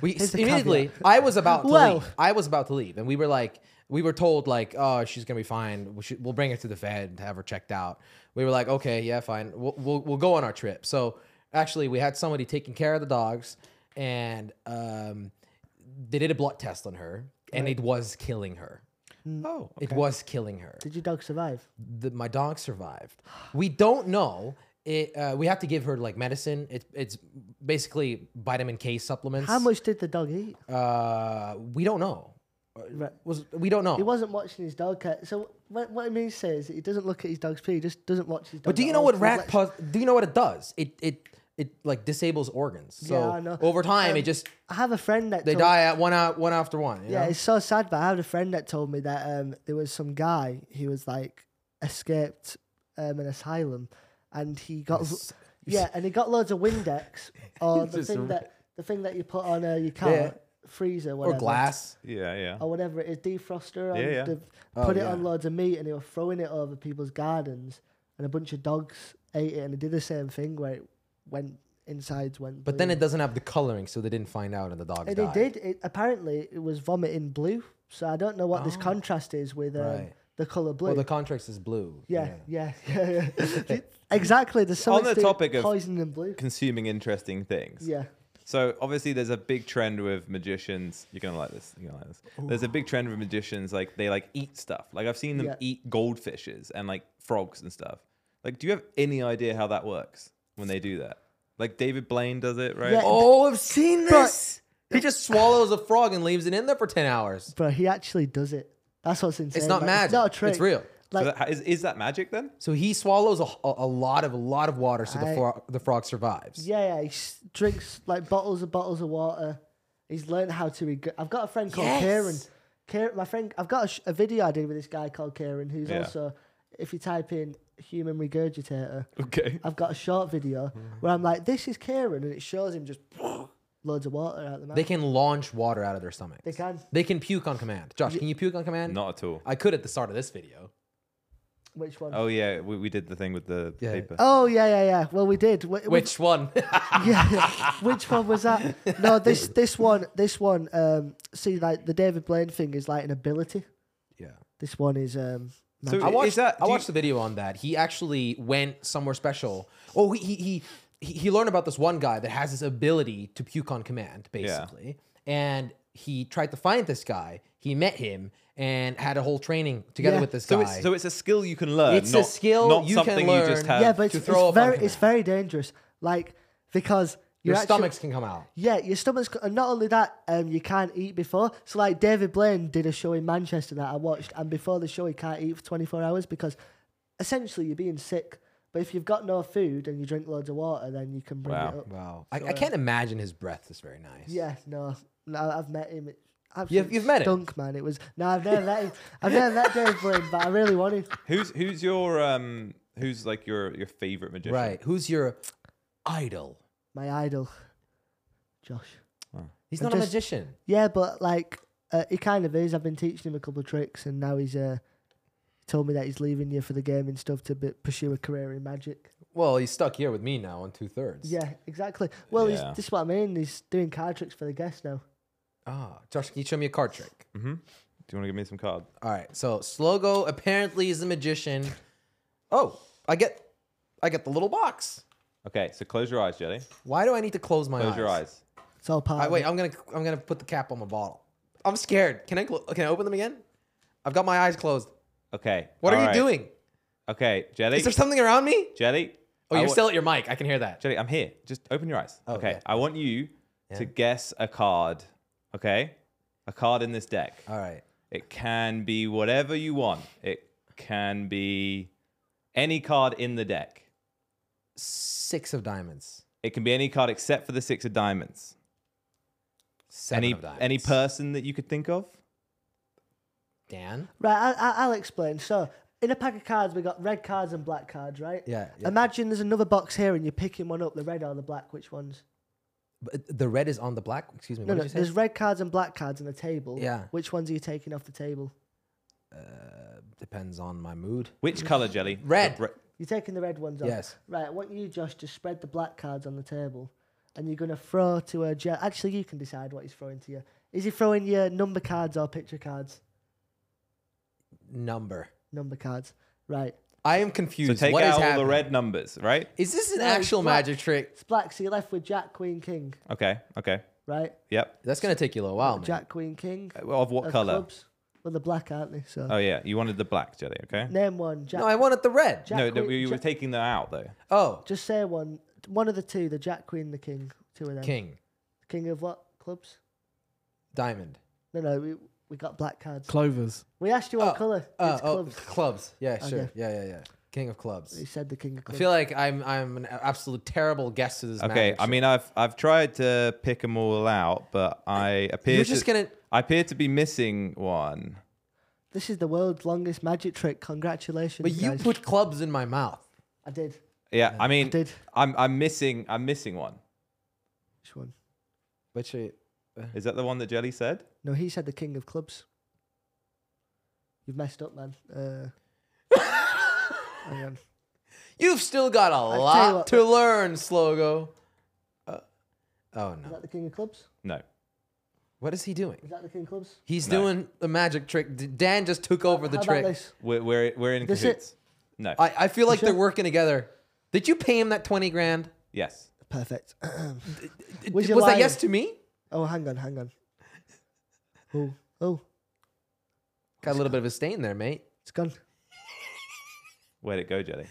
S3: We
S1: the
S3: immediately, I was about to
S1: Well.
S3: leave. I was about to leave, and we were like, we were told like, oh, she's gonna be fine. We should, we'll bring her to the vet and have her checked out. We were like, okay, yeah, fine. We'll, we'll we'll go on our trip. So actually, we had somebody taking care of the dogs, and um, they did a blood test on her, and it was killing her. Mm.
S2: Oh,
S3: It was killing her
S1: Did your dog survive?
S3: the, my dog survived. We don't know. It, uh, we have to give her like medicine. It, it's basically vitamin K supplements.
S1: How much did the dog eat?
S3: Uh, we don't know.
S1: Right.
S3: Was we don't know.
S1: He wasn't watching his dog. Cat. So what, what it means to say is that he doesn't look at his dog's pee. He just doesn't watch his dog.
S3: but do you
S1: at
S3: know
S1: all.
S3: what
S1: So
S3: rat
S1: let's-
S3: pus? Do you know what it does? It it it like disables organs. So
S1: Yeah, I know.
S3: over time, it
S1: Um,
S3: just
S1: I have a friend that
S3: they
S1: told-
S3: die at one out one after one.
S1: Yeah, it's so sad. But I had a friend that told me that um, there was some guy who was like escaped um, an asylum, and he got lo-
S3: <laughs>
S1: yeah, and he got loads of Windex or the
S3: Just
S1: thing
S3: r-
S1: that the thing that you put on uh, your car freezer
S3: or
S1: whatever,
S3: glass.
S2: Yeah, yeah.
S1: or whatever it is defroster.
S2: Yeah,
S1: and
S2: yeah.
S1: they've
S3: Oh,
S1: put it
S3: yeah.
S1: on loads of meat, and they were throwing it over people's gardens, and a bunch of dogs ate it, and they did the same thing where it went insides went.
S3: But then
S1: blue.
S3: it doesn't have the coloring, so they didn't find out, and the dog
S1: It,
S3: died.
S1: it did. It, apparently, it was vomiting blue. So I don't know what this contrast is with um,
S3: Ah, right.
S1: the color blue.
S3: Well, the contrast is blue.
S1: yeah, yeah, yeah, <laughs> yeah. exactly. There's so
S2: On
S1: much to
S2: the topic of-
S1: poison and blue.
S2: Consuming interesting things.
S1: Yeah,
S2: So obviously, there's a big trend with magicians. You're gonna like this. You're gonna like this. There's a big trend with magicians. Like they like eat stuff. Like I've seen them
S1: Yeah.
S2: eat goldfishes and like frogs and stuff. Like, do you have any idea how that works when they do that? Like David Blaine does it, right?
S1: Yeah.
S3: Oh, I've seen this. he just swallows a frog and leaves it in there for ten hours.
S1: but he actually does it. That's what's insane.
S3: It's not
S1: like,
S3: magic.
S1: It's not a trick.
S3: It's real.
S2: So
S1: Like,
S2: that- is, is that magic then?
S3: So he swallows a, a, a lot of a lot of water, so the
S1: I-
S3: frog the frog survives.
S1: yeah, yeah. He s- drinks like bottles and bottles of water. He's learned how to. Reg- I've got a friend called Kieran.
S3: Yes.
S1: Kieran, my friend. I've got a, sh- a video I did with this guy called Kieran, who's
S2: Yeah.
S1: also, if you type in human regurgitator,
S2: Okay.
S1: I've got a short video where I'm like, this is Kieran, and it shows him just <laughs> loads of water out the mouth.
S3: They can launch water out of their stomach.
S1: They can.
S3: They can puke on command. Josh, can you puke on command?
S2: Not at all.
S3: I could at the start of this video.
S1: Which one? Oh.
S2: Oh yeah, we, we did the thing with the
S3: Yeah.
S2: paper.
S1: yeah, yeah, yeah. Well, we did. Wh-
S3: Which one?
S1: yeah. <laughs> Which one was that? No, this this one, this one. Um, see, like the David Blaine thing is like an ability.
S3: yeah.
S1: This one is um,
S2: So
S1: magic.
S3: I watched.
S2: is that?
S3: I
S2: do you-
S3: watched the video on that. He actually went somewhere special. Oh, he he he- he, he learned about this one guy that has this ability to puke on command, basically. And he tried to find this guy. He met him and had a whole training together
S1: Yeah.
S3: with this
S2: so
S3: guy.
S2: it's so it's a skill you can learn.
S3: It's a
S2: not,
S3: skill
S2: not
S3: you can
S2: something you just
S3: learn.
S2: have.
S1: yeah, but it's,
S3: to
S1: it's
S3: throw up on
S1: very it's
S3: command.
S1: very dangerous. Like because you're
S3: Your
S1: actually-
S3: stomachs can come out.
S1: Yeah, your stomach's. co- And not only that, um, you can't eat before. So, like, David Blaine did a show in Manchester that I watched, and before the show, he can't eat for 24 hours because essentially you're being sick. But if you've got no food and you drink loads of water, then you can bring
S2: Wow.
S1: it up.
S3: Wow. I, I can't imagine his breath is very nice.
S1: Yeah, no, no I've met him. It absolutely
S3: you've met him?
S1: stunk, man. It was no, I've never met him. I've never met David Blaine, but I really wanted.
S2: Who's who's your um who's like your your favorite magician?
S3: Right. Who's your idol?
S1: My idol, Josh.
S3: He's
S1: I'm
S3: not a
S1: just-
S3: magician.
S1: Yeah, but like uh, he kind of is. I've been teaching him a couple of tricks, and now he's uh, told me that he's leaving you for the gaming stuff to b- pursue a career in magic.
S3: Well, he's stuck here with me now on two thirds.
S1: Yeah, exactly. Well,
S2: Yeah.
S1: he's, this is what I mean. He's doing card tricks for the guests now.
S3: Ah, Josh, can you show me a card trick?
S2: Do you want to give me some card?
S3: All right. So Slogo apparently is a magician. Oh, I get, I get the little box.
S2: Okay, so close your eyes, Jelly.
S3: Why do I need to close my
S2: Close
S3: eyes?
S2: your eyes.
S1: It's all part.
S3: I,
S1: of
S3: wait,
S1: it.
S3: I'm gonna, I'm gonna put the cap on my bottle. I'm scared. Can I, clo- can I open them again? I've got my eyes closed.
S2: Okay.
S3: What are
S2: alright.
S3: you doing?
S2: Okay, Jelly.
S3: Is there something around me?
S2: Jelly.
S3: Oh,
S2: I
S3: you're
S2: wa-
S3: still Oh, at your mic. I can hear that.
S2: Jelly, I'm here. Just open your eyes. okay.
S3: yeah.
S2: I want you to guess a card. Okay? A card in this deck.
S3: All right.
S2: It can be whatever you want. It can be any card in the deck.
S3: Six of diamonds.
S2: It can be any card except for the 6 of diamonds.
S3: Seven
S2: any
S3: of diamonds.
S2: any person that you could think of?
S3: Dan.
S1: Right, I, I, I'll explain. So, in a pack of cards, we got red cards and black cards, right?
S3: Yeah, yeah.
S1: Imagine there's another box here, and you're picking one up, the red or the black. Which ones?
S3: But the red is on the black. Excuse me.
S1: No,
S3: what
S1: no.
S3: did you
S1: There's
S3: say?
S1: red cards and black cards on the table.
S3: Yeah.
S1: Which ones are you taking off the table?
S3: Depends on my mood.
S2: Which color, Jelly?
S3: Mm. Red.
S2: The bre-
S1: You're taking the red ones off.
S3: Yes.
S1: Right, I want you, Josh, to spread the black cards on the table and you're going to throw to a gel. Actually, you can decide what he's throwing to you. Is he throwing your number cards or picture cards?
S3: Number.
S1: Number cards. Right.
S3: I am
S2: So
S3: confused.
S2: take
S3: What is
S2: out all the
S3: happening?
S2: red numbers, right?
S3: Is this an
S1: No,
S3: actual
S1: it's black.
S3: magic trick?
S1: It's black, so you're left with Jack, Queen, King,
S2: Okay. Okay.
S1: right?
S2: Yep.
S3: That's gonna take you a little while, man.
S1: Jack, Queen, King.
S3: Uh,
S2: Of what
S1: of
S2: color?
S1: clubs. Well, they're black, aren't they? So
S2: Oh yeah, you wanted the black jelly, okay?
S1: name one. Jack,
S3: No, I wanted the red.
S1: Jack
S2: no, that
S1: Queen,
S2: we were
S1: Jack-
S2: taking them out though.
S3: Oh,
S1: Just say one. One of the two, the Jack, Queen, the King. Two of them.
S3: king,
S1: King of what? Clubs?
S3: diamond.
S1: No, no, we, we got black cards.
S5: Clovers.
S1: we asked you what
S3: Oh,
S1: color.
S3: Uh,
S1: it's
S3: oh,
S1: clubs.
S3: clubs. Yeah, sure.
S1: Okay.
S3: Yeah, yeah, yeah. King of clubs.
S1: He said the king of
S3: I
S1: clubs.
S3: feel like I'm I'm an absolute terrible guest to this.
S2: Okay,
S3: magic
S2: I
S3: show.
S2: mean, I've I've tried to pick them all out, but I appear
S3: You're just
S2: to,
S3: gonna-
S2: I appear to be missing one.
S1: this is the world's longest magic trick. Congratulations.
S3: but you
S1: guys.
S3: put clubs in my mouth.
S1: I did.
S2: Yeah, I mean,
S1: did.
S2: I'm I'm missing I'm missing one.
S1: Which one?
S3: Which are-
S2: Is that the one that Jelly said?
S1: No, he said the king of clubs. You've messed up, man.
S3: <laughs>
S1: Uh, hang on.
S3: you've still got a
S1: you
S3: lot
S1: what-
S3: to learn, Slogo. Uh, oh
S1: Is
S3: no!
S1: that the king of clubs?
S2: No.
S3: What is he doing?
S1: Is that the king of clubs?
S3: He's
S2: No.
S3: doing the magic trick. D- Dan just took over the
S1: How
S3: trick.
S1: about this?
S2: We're we're, we're in
S1: This it?
S2: cahoots. No.
S3: I, I feel like
S1: sure?
S3: they're working together. Did you pay him that twenty grand?
S2: yes.
S1: Perfect. <clears throat>
S3: Was,
S1: Was you
S3: that
S1: lying?
S3: yes to me?
S1: oh, hang on,
S3: <laughs>
S1: hang on. Oh, oh,
S3: Got a little bit of a stain there, mate.
S1: it's gone.
S2: Where'd it go, Jelly?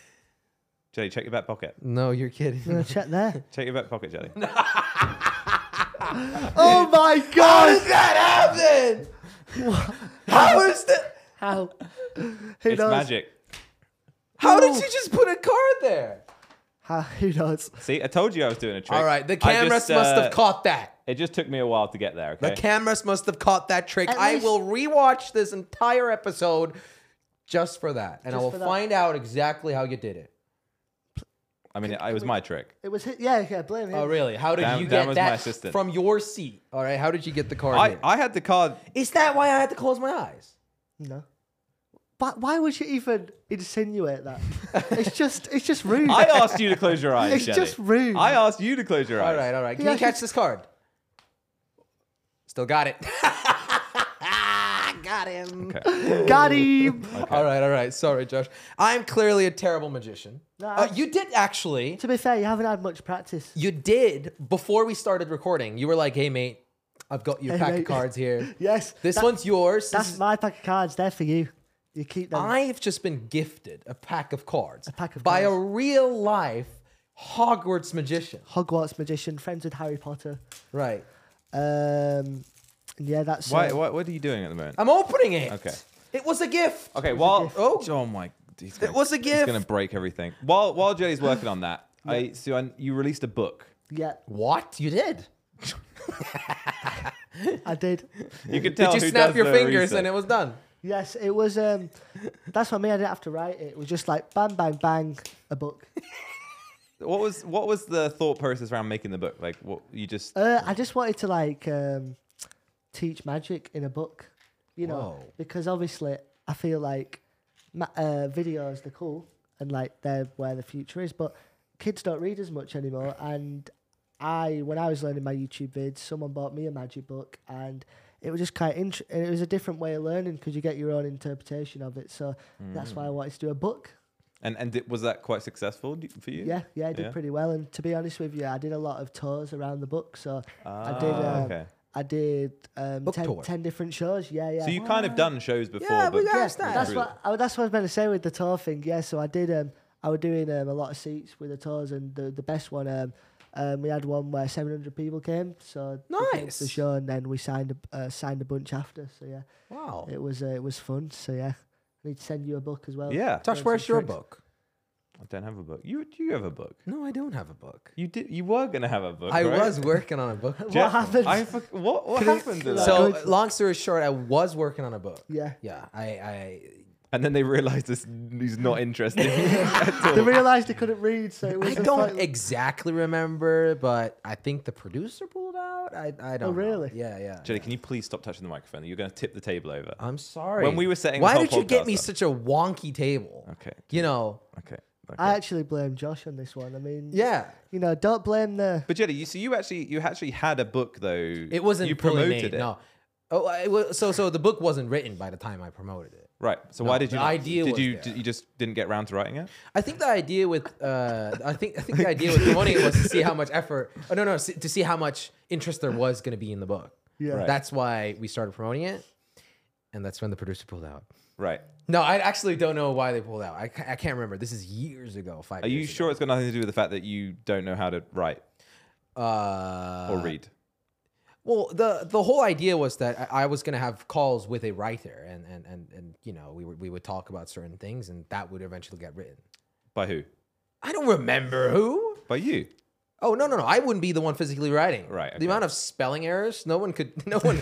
S2: Jelly, check your back pocket.
S3: No, you're kidding.
S2: <laughs>
S1: I'm gonna check
S3: <laughs>
S1: there.
S2: Check your back pocket, Jelly.
S1: oh my god!
S3: that
S1: <laughs>
S3: happened? How is that?
S1: How? <laughs> Who
S2: it's
S1: knows?
S2: magic.
S3: How did you just put a card there?
S1: How, who knows?
S2: See, I told you I was doing a trick.
S3: All right, the
S2: I
S3: cameras
S2: just,
S3: must
S2: uh,
S3: have caught that.
S2: It just took me a while to get there.
S3: The
S2: Okay.
S3: cameras must have caught that trick.
S1: At
S3: I
S1: least-
S3: will rewatch this entire episode just for that, and I
S1: Just
S3: will
S1: for that.
S3: find out exactly how you did it.
S2: I mean, it, it was my trick.
S1: It was hit. Yeah, yeah. Blame him.
S3: Oh, really? How did
S2: Dan-
S3: you
S2: Dan
S3: get
S2: was my
S3: that
S2: assistant.
S3: from your seat? All <laughs> right, how did you get the card?
S2: I,
S3: here?
S2: I had the
S3: <laughs>
S2: card.
S3: Is that why I had to close my eyes?
S1: No. But why would you even insinuate that? it's just, it's just rude.
S2: I asked you to close your eyes.
S1: It's
S2: Jelly.
S1: just rude.
S2: I asked you to close your eyes.
S3: All right, all right. Can
S1: Yeah,
S3: you
S1: he's-
S3: catch this card? Still got it. <laughs> got him. <laughs>
S2: Okay.
S1: Got him.
S3: All right, all right. Sorry, Josh. I'm clearly a terrible magician.
S1: No,
S3: Uh,
S1: I-
S3: you did actually.
S1: to be fair, you haven't had much practice.
S3: You did before we started recording. You were like, "Hey, mate, I've got your
S1: Hey,
S3: pack of
S1: mate." <laughs>
S3: cards here.
S1: Yes.
S3: This
S1: that-
S3: one's yours. This
S1: That's
S3: is-
S1: my pack of cards. They're for you. You keep them.
S3: I've just been gifted a pack of cards a
S1: pack of
S3: by a
S1: cards.
S3: real life Hogwarts magician.
S1: Hogwarts magician, friends with Harry Potter.
S3: Right.
S1: Um, yeah, that's uh,
S2: Why, why, what are you doing at the moment?
S3: I'm opening it.
S2: Okay.
S3: It was Oh, a gift.
S2: Okay, while
S1: gift.
S2: oh, oh my, he's gonna,
S3: was a
S2: He's
S3: gift.
S2: gonna break everything. While while Jelly's working on
S3: <laughs>
S2: that, I so I, you released a book.
S1: Yeah,
S3: What you did?
S1: I did.
S2: You could tell.
S3: <laughs> Did you
S2: who
S3: snap
S2: does
S3: your
S2: the
S3: fingers
S2: research.
S3: and it was done?
S1: Yes, it was. Um, that's what I mean. I didn't have to write it. It was just like bang, bang, bang, a book.
S2: What was what was the thought process around making the book? Like, what you just
S1: Uh, I just wanted to like um, teach magic in a book, you know,
S3: Whoa.
S1: because obviously I feel like ma- uh, videos they're cool and like they're where the future is, but kids don't read as much anymore. And I, when I was learning my YouTube vids, someone bought me a magic book, and it was just quite int- It was a different way of learning because you get your own interpretation of it. So that's why I wanted to do a book.
S2: and and it, was that quite successful d- for you?
S1: Yeah, yeah, I did
S2: Yeah.
S1: pretty well. And to be honest with you, I did a lot of tours around the book. So I did.
S2: Ah,
S1: Um,
S2: okay.
S1: I did um,
S3: Book
S1: ten,
S3: tour.
S1: 10 different shows. Yeah, yeah.
S2: So you kind of done shows before.
S3: Yeah,
S2: but
S3: we got-
S1: yeah,
S3: That's nice.
S1: that's
S2: Really?
S1: what I, that's what I was going to say with the tour thing. Yeah, so I did. Um, I was doing um, a lot of seats with the tours, and the the best one. Um, um, we had one where 700 people came, so they came to the
S3: Nice.
S1: show, and then we signed a uh, signed a bunch after. So yeah,
S3: Wow.
S1: it was uh, it was fun. So yeah, I need to send you a book as well.
S2: yeah.
S3: Josh,
S1: Those
S3: where's
S1: are
S3: your
S1: tricks.
S3: book?
S2: I don't have a book. You do you have a book?
S3: No, I don't have a book.
S2: You did. You were gonna have a book.
S3: I
S2: right?
S3: was working on a book.
S1: What
S2: Jeff,
S1: happened?
S2: I fuck- what what happened to that?
S3: so, long story short, I was working on a book.
S1: Yeah.
S3: Yeah. I, I
S2: and then they realized this he's not
S3: <laughs>
S2: interested.
S1: they realised they couldn't read, so it was
S3: I
S1: just
S3: don't
S1: like-
S3: exactly remember, but I think the producer pulled out. I, I don't. know.
S1: Oh, really?
S3: Yeah, yeah.
S2: Jelly, can you please stop touching the microphone? You're going to tip the table over.
S3: I'm sorry.
S2: When we were setting
S3: why
S2: this whole
S3: did you get
S2: podcast
S3: me
S2: up.
S3: such a wonky table?
S2: Okay.
S3: You know.
S2: okay. okay.
S1: I actually blame Josh on this one. I mean,
S3: Yeah.
S1: you know, don't blame the.
S2: but Jelly, you so you actually you actually had a book though.
S3: It wasn't
S2: you
S3: fully
S2: promoted
S3: made,
S2: it.
S3: No. Oh, I, well, so so the book wasn't written by the time I promoted it.
S2: Right. So
S3: No,
S2: why did you
S3: the
S2: not-
S3: idea
S2: did
S3: was
S2: you
S3: there.
S2: d- you just didn't get around to writing it?
S3: I think the idea with uh, I think I think the idea with promoting it was to see how much effort. Oh no no, see, to see how much interest there was going to be in the book.
S1: Yeah. Right.
S3: That's why we started promoting it, and that's when the producer pulled out.
S2: Right.
S3: No, I actually don't know why they pulled out. I, ca- I can't remember. This is years ago. Five.
S2: Are you sure it's got nothing to do with the fact that you don't know how to write
S3: Uh,
S2: or read?
S3: Well, the the whole idea was that I, I was gonna have calls with a writer, and and and, and you know we would we would talk about certain things, and that would eventually get written.
S2: By who?
S3: I don't remember who.
S2: By you.
S3: Oh no no no! I wouldn't be the one physically writing.
S2: Right,
S3: The
S2: okay.
S3: amount of spelling errors, no one could, <laughs> no one,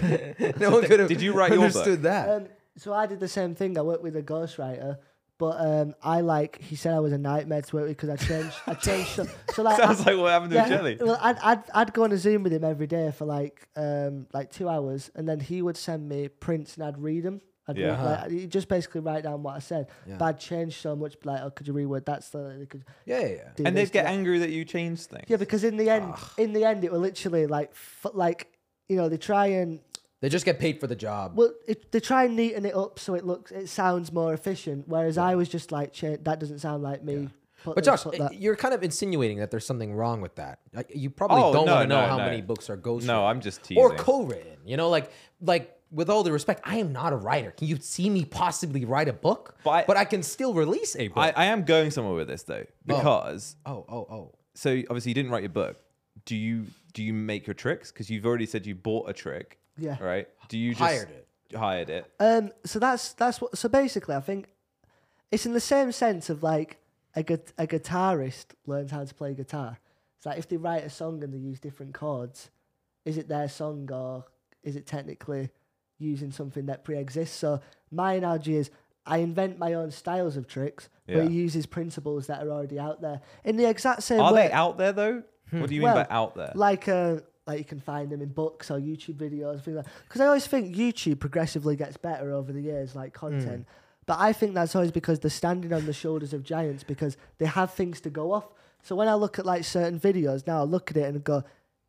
S3: no one
S2: <laughs>
S3: could have.
S2: Did you write your book?
S3: understood that?
S1: Um, so I did the same thing. I worked with a ghostwriter, but um, I like he said I was a nightmare to work with because I changed. I changed. So, so like
S2: <laughs> Sounds
S1: I-
S2: like what happened to Jelly.
S1: Well, I'd, I'd I'd go on a Zoom with him every day for like um like two hours, and then he would send me prints and I'd read them. I'd
S2: Yeah.
S1: read, like, he'd just basically write down what I said, but I'd change so much. Like, oh, could you reword that? So they could
S3: yeah, yeah, yeah.
S1: do this,
S2: And they'd
S1: do
S2: get
S1: that.
S2: angry that you changed things.
S1: Yeah, because in the end, in the end, it will literally like f- like you know they try and
S3: They just get paid for the job.
S1: well it, they try and neaten it up so it looks it sounds more efficient. Whereas I was just like "Cha- that doesn't sound like me. Put
S3: but
S1: this,
S3: Josh,
S1: put that."
S3: you're kind of insinuating that there's something wrong with that. Like, You probably
S2: Oh,
S3: don't
S2: no,
S3: want to know
S2: no,
S3: how
S2: no.
S3: many books are ghost
S2: No, I'm just teasing.
S3: or co-written. You know, like like with all the respect, I am not a writer. Can you see me possibly write a book?
S2: But I-
S3: But I can still release a book.
S2: I, I am going somewhere with this though, because
S3: oh oh oh.
S2: so obviously you didn't write your book. Do you do you make your tricks? Because you've already said you bought a trick.
S1: Yeah.
S2: Right. Do you just
S3: Hired it.
S2: Hired it.
S1: Um, so that's that's what. So basically, I think it's in the same sense of like a gu- a guitarist learns how to play guitar. It's like if they write a song and they use different chords, is it their song or is it technically using something that pre-exists? So my analogy is. I invent my own styles of tricks, but
S2: Yeah.
S1: it uses principles that are already out there. In the exact same
S2: Are
S1: way,
S2: they out there though?
S3: Hmm.
S2: What do you mean by out there?
S1: like uh, like you can find them in books or YouTube videos, things like. Because I always think YouTube progressively gets better over the years, like content. But I think that's always because they're standing on the shoulders of giants because they have things to go off. So when I look at like certain videos now, I look at it and go,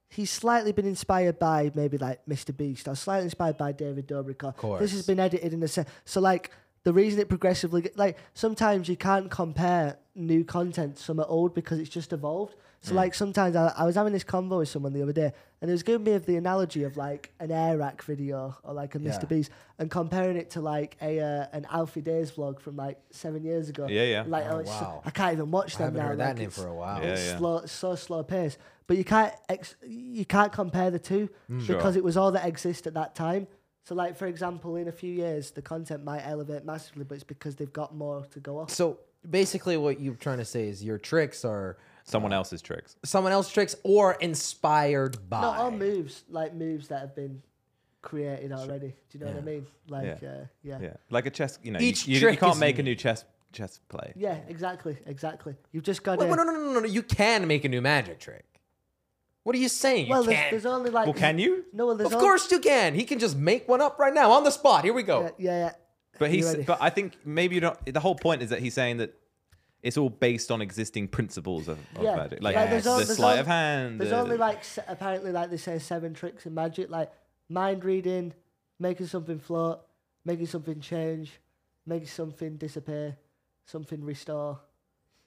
S1: he's slightly been inspired by maybe like Mr. Beast or slightly inspired by David Dobrik. Or this has
S3: course.
S1: been edited in a sense. So like the reason it progressively get- like sometimes you can't compare new content to some are old because it's just evolved. So like sometimes I, I was having this convo with someone the other day and it was giving me the analogy of like an Air Rack video or like a
S3: Yeah.
S1: Mr. Beast and comparing it to like a uh, an Alfie Days vlog from like seven years ago.
S2: Yeah, yeah.
S1: Like oh,
S3: Oh,
S1: it's so-
S3: wow.
S1: I can't even watch them
S3: I haven't
S1: now.
S3: heard
S1: like,
S3: that name
S1: it's-
S3: for a while.
S2: Yeah,
S1: it's
S2: yeah.
S1: slow, so slow pace. But you can't ex- you can't compare the two
S2: Mm.
S1: because it was all that exists at that time. So, like for example, in a few years, the content might elevate massively, but it's because they've got more to go off.
S3: So basically, what you're trying to say is your tricks are
S2: Someone else's tricks.
S3: someone else's tricks or inspired by.
S1: Not all moves, like moves that have been created already. Do you know what I mean? Like,
S2: Yeah.
S1: yeah, uh, yeah. yeah.
S2: Yeah. Like a chess. You know,
S3: Each
S2: you, you,
S3: trick
S2: you can't
S3: is
S2: make a new
S3: unique.
S2: chess chess play.
S1: exactly, exactly. You've just got
S3: Wait, wait, no,
S1: to.
S3: no, no, no, no. You can make a new magic trick. What are you saying? You
S1: Well, there's,
S3: can't.
S1: there's only like.
S2: Well, can you?
S1: No, well, there's
S3: of
S1: on-
S3: course you can. He can just make one up right now on the spot. Here we go.
S1: Yeah, yeah, yeah.
S2: But
S1: You
S2: he's.
S1: ready?
S2: But I think maybe you don't. The whole point is that he's saying that it's all based on existing principles of, of
S1: Yeah.
S2: magic, like
S1: Like, there's
S2: the
S1: al- there's
S2: sleight
S1: al-
S2: of hand.
S1: There's
S2: uh,
S1: only like se- apparently like they say seven tricks in magic, like mind reading, making something float, making something change, making something disappear, something restore,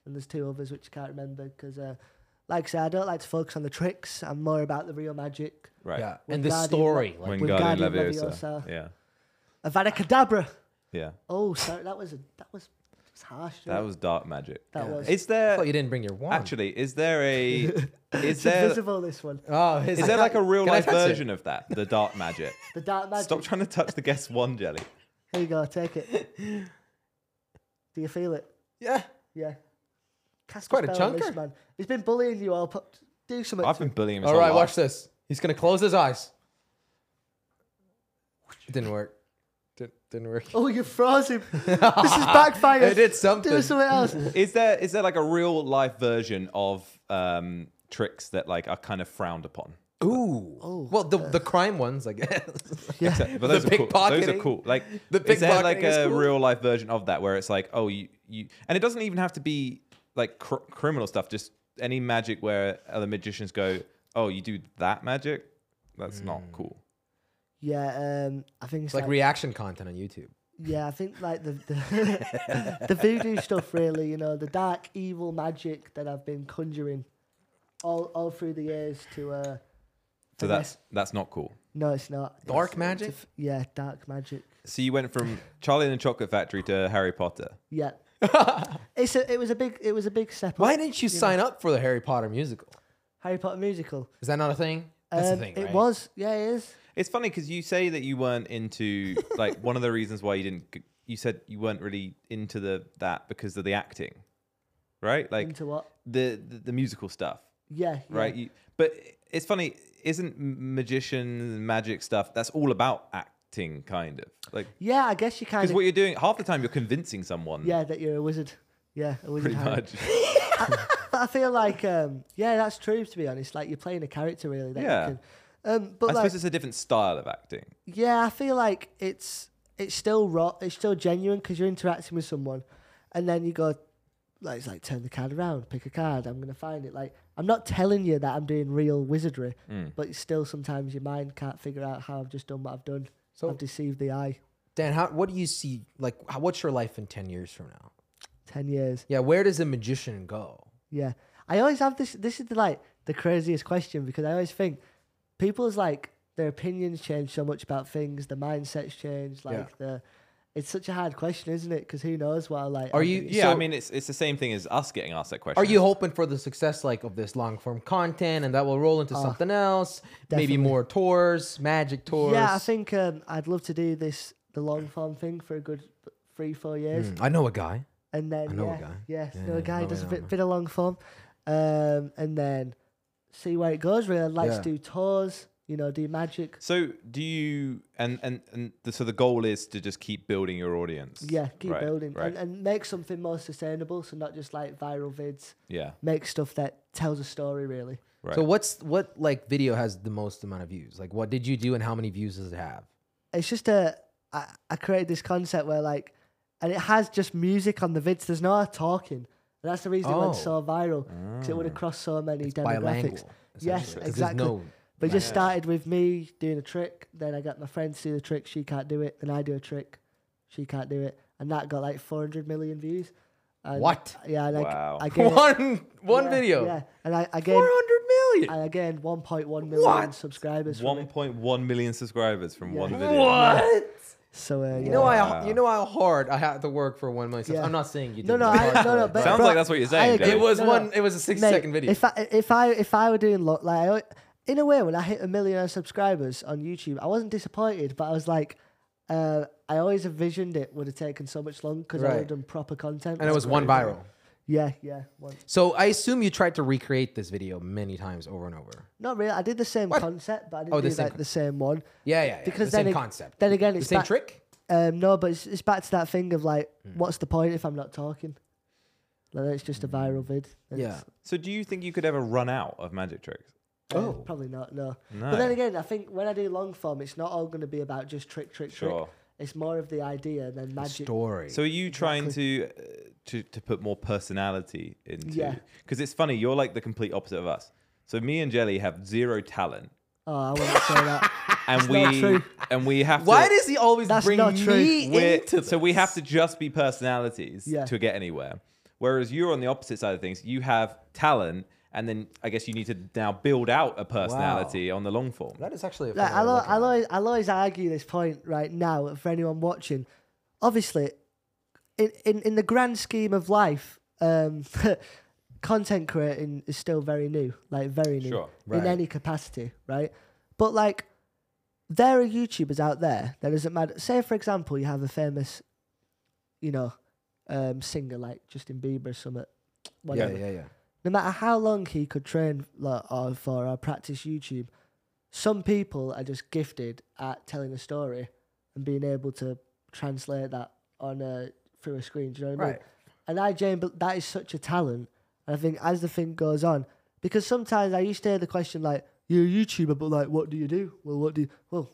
S1: and there's two others which I can't remember because, uh, like I said, I don't like to focus on the tricks. I'm more about the real magic.
S2: right.
S3: Yeah, and the
S1: Wingardium
S3: story.
S1: Le-
S3: Like,
S2: Wingardium
S1: Wingardium
S2: Leviosa.
S1: Leviosa.
S2: Yeah.
S1: Avada Kedavra.
S2: Yeah.
S1: Oh, sorry, that was a, that was, that was harsh.
S2: That was dark magic.
S1: That was-
S2: Is
S3: I
S2: there
S3: thought you didn't bring your wand.
S2: actually? Is
S1: <laughs>
S2: there a? is
S1: it's
S2: there?
S1: invisible. This one,
S3: oh, his,
S2: Is there like a real
S3: Can I
S2: life
S3: touch it?
S2: version of that? The dark magic.
S1: <laughs> the dark magic.
S2: Stop trying to touch the guest one jelly.
S1: Here you go. Take
S2: <laughs>
S1: it. Do you feel it?
S3: Yeah.
S1: Yeah. Cast
S3: quite a
S1: spell on
S3: chunker.
S1: This man. He's been bullying you all. Put, do something.
S2: I've
S1: to
S2: been
S1: him.
S2: bullying him.
S3: All right, watch this. He's gonna close his eyes. It didn't work. Didn't, didn't work.
S1: Oh, you froze
S3: <laughs>
S1: him. this is backfire.
S3: It did something.
S1: Do something
S3: <laughs>
S1: else.
S2: Is there is there like a real life version of um, tricks that like are kind of frowned upon?
S3: Ooh.
S1: Oh.
S3: well, the the crime ones, I <laughs> guess.
S1: yeah.
S2: But those
S3: The
S2: are cool. Those are
S3: pickpocketing.
S2: cool. Like
S3: The
S2: is there like
S3: pickpocketing is
S2: a
S3: cool.
S2: real life version of that where it's like oh you you and it doesn't even have to be like cr- criminal stuff. Just any magic where other magicians go oh you do that magic that's not
S3: Hmm.
S2: cool.
S1: Yeah. Um. I think it's
S3: Like
S1: like,
S3: reaction content on YouTube.
S1: yeah. I think like the
S3: <laughs>
S1: the, <laughs> the voodoo stuff. Really, you know, the dark evil magic that I've been conjuring all all through the years to. uh
S2: So
S1: to
S2: that's
S1: mess-
S2: that's not cool.
S1: no, it's not
S3: Dark
S1: It's-
S3: magic?
S1: it's- yeah, dark magic.
S2: So you went from Charlie and the Chocolate Factory to Harry Potter.
S3: <laughs>
S1: Yeah. it's a, it was a big it was a big step.
S3: Why
S1: up.
S3: didn't you sign up for the Harry Potter musical?
S1: Harry Potter musical?
S3: Is that not a thing? That's the
S1: Um,
S3: thing,
S1: It
S3: right?
S1: was, yeah, it is.
S2: It's funny because you say that you weren't into like one of the reasons why you didn't. g- You said you weren't really into the that because of the acting, right? Like
S1: Into what?
S2: the, the the musical stuff,
S1: Yeah, yeah.
S2: right? You, but it's funny, isn't m- magician magic stuff? That's all about acting, kind of like
S1: Yeah, I guess you kind
S2: because
S1: of.
S2: what you're doing half the time you're convincing someone.
S1: yeah, that you're a wizard. Yeah, a wizard.
S2: <laughs> pretty
S1: Harry. <laughs>
S2: much.
S1: But I feel like, um, yeah, that's true. To be honest, like you're playing a character really. That you
S2: Yeah.
S1: can- um, but
S2: I
S1: like,
S2: suppose it's a different style of acting.
S1: yeah, I feel like it's it's still raw. It's still genuine because you're interacting with someone, and then you go, like, it's like turn the card around, pick a card. I'm gonna find it. Like, I'm not telling you that I'm doing real wizardry,
S2: Mm.
S1: but it's still sometimes your mind can't figure out how I've just done what I've done.
S3: So-
S1: I've deceived the eye.
S3: Dan, how, what do you see? Like, how, what's your life in 10 years from now?
S1: Ten years.
S3: Yeah, where does the magician go?
S1: Yeah. I always have this this is the, like the craziest question because I always think people's like their opinions change so much about things, the mindsets change, like the it's such a hard question, isn't it? Because who knows what I like
S3: Are
S1: I
S3: you-
S1: think-
S2: Yeah, I
S3: So-
S2: mean it's it's the same thing as us getting asked that question.
S3: Are you hoping for the success like of this long form content and that will roll into something else?
S1: Oh, definitely.
S3: Maybe more tours, magic tours.
S1: Yeah, I think um, I'd love to do this the long form thing for a good three, four years.
S3: I know a guy.
S1: And then
S3: Hmm. know a
S1: yeah,
S3: guy.
S1: yeah,
S3: Yeah,
S1: know
S3: yeah,
S1: a guy
S3: know
S1: who does
S3: me,
S1: a
S3: know
S1: bit,
S3: me.
S1: bit of long form. Um, and then see where it goes really. I'd like
S3: Yeah.
S1: to do tours, you know, do magic.
S2: So do you and and and the, so the goal is to just keep building your audience.
S1: Yeah, keep
S2: Right,
S1: building
S2: Right.
S1: And, and make something more sustainable. So not just like viral vids.
S2: yeah.
S1: Make stuff that tells a story really.
S2: Right.
S3: So what's what like video has the most amount of views? Like what did you do and how many views does it have?
S1: It's just a I, I created this concept where like, and it has just music on the vids. There's no talking. And that's the reason it
S3: Oh.
S1: went so viral because it would
S2: Ah.
S1: have crossed so many demographics.
S3: Bilingual.
S1: Yes,
S3: essentially, 'cause there's
S1: exactly.
S3: no
S1: But it just
S3: language.
S1: started with me doing a trick. Then I got my friends to do the trick. She can't do it. Then I do a trick. She can't do it. And that got like 400 million views. And
S3: What?
S1: Uh, Yeah, and I g-
S2: Wow.
S1: I, gained
S3: <laughs> one one
S1: yeah,
S3: video.
S1: Yeah, and I, I gained
S3: 400 million.
S1: I gained 1.1 million
S3: What?
S1: subscribers. from
S2: One
S1: it.
S2: point one million subscribers from
S1: Yeah.
S2: one video.
S1: So uh,
S3: You
S1: yeah.
S3: know
S2: Wow.
S3: I you know how hard I had to work for one million. subs-
S1: Yeah.
S3: I'm not saying you did.
S1: No, no, I, no, no. But
S2: Sounds
S1: bro,
S2: like that's what you're saying,
S1: I
S2: Dave.
S1: agree.
S3: it was
S1: No, no,
S3: one. It was a sixty
S1: mate,
S3: second video.
S1: If I if I if I were doing lo- like I, al- in a way when I hit a million subscribers on YouTube, I wasn't disappointed, but I was like. Uh, I always envisioned it would have taken so much longer because I would
S3: Right.
S1: have done proper content.
S3: and it was one
S2: crazy.
S3: viral.
S1: yeah, yeah. One.
S3: So I assume you tried to recreate this video many times over and over.
S1: Not really. I did the same
S3: What?
S1: concept, but I didn't
S3: Oh, the
S1: do
S3: same
S1: like
S3: con-
S1: the same one.
S3: Yeah, yeah, yeah.
S1: Because
S3: the same
S1: then it-
S3: concept.
S1: Then again,
S3: the
S1: it's
S3: same
S1: back-
S3: trick.
S1: Um, no, but it's, it's back to that thing of like,
S3: Hmm.
S1: what's the point if I'm not talking? Like, it's just a viral vid. and
S3: Yeah.
S1: it's-
S2: So do you think you could ever run out of magic tricks?
S1: uh,
S3: Oh.
S1: probably not. No.
S2: No.
S1: But then again, I think when I do long form, it's not all going to be about just trick, trick,
S2: Sure.
S1: trick. It's more of the idea than magic.
S3: Story.
S2: So are you trying to uh, to to put more personality into?
S1: Yeah.
S2: Because it's funny, you're like the complete opposite of us. So me and Jelly have zero talent,
S1: Oh, I wouldn't say that.
S2: and
S1: not
S2: we
S1: true.
S2: and we have.
S3: why
S2: to,
S3: does he always
S1: That's
S3: bring
S1: not true.
S3: me
S2: we're-
S3: into this?
S2: so we have to just be personalities
S1: Yeah.
S2: to get anywhere. Whereas you're on the opposite side of things. You have talent, and then I guess you need to now build out a personality on the long form.
S3: That is actually. A
S1: Like,
S3: funny way
S1: I'll,
S3: of looking at
S1: I'll,
S3: it.
S1: always, I'll always argue this point right now for anyone watching. Obviously, in, in, in the grand scheme of life, um, <laughs> content creating is still very new, like very new
S2: Sure.
S3: Right.
S1: in any capacity, right? But like, there are YouTubers out there that doesn't matter. Say, for example, you have a famous, you know, um, singer like Justin Bieber or something.
S3: Yeah,
S1: Whatever
S3: yeah, yeah.
S1: no matter how long he could train like, or for or practice YouTube, some people are just gifted at telling a story and being able to translate that on a through a screen. Do you know what I mean?
S3: Right.
S1: And I, Jane, but that is such a talent. And I think as the thing goes on, because sometimes I used to hear the question like, "You're a YouTuber, but like, what do you do? Well, what do you? Well."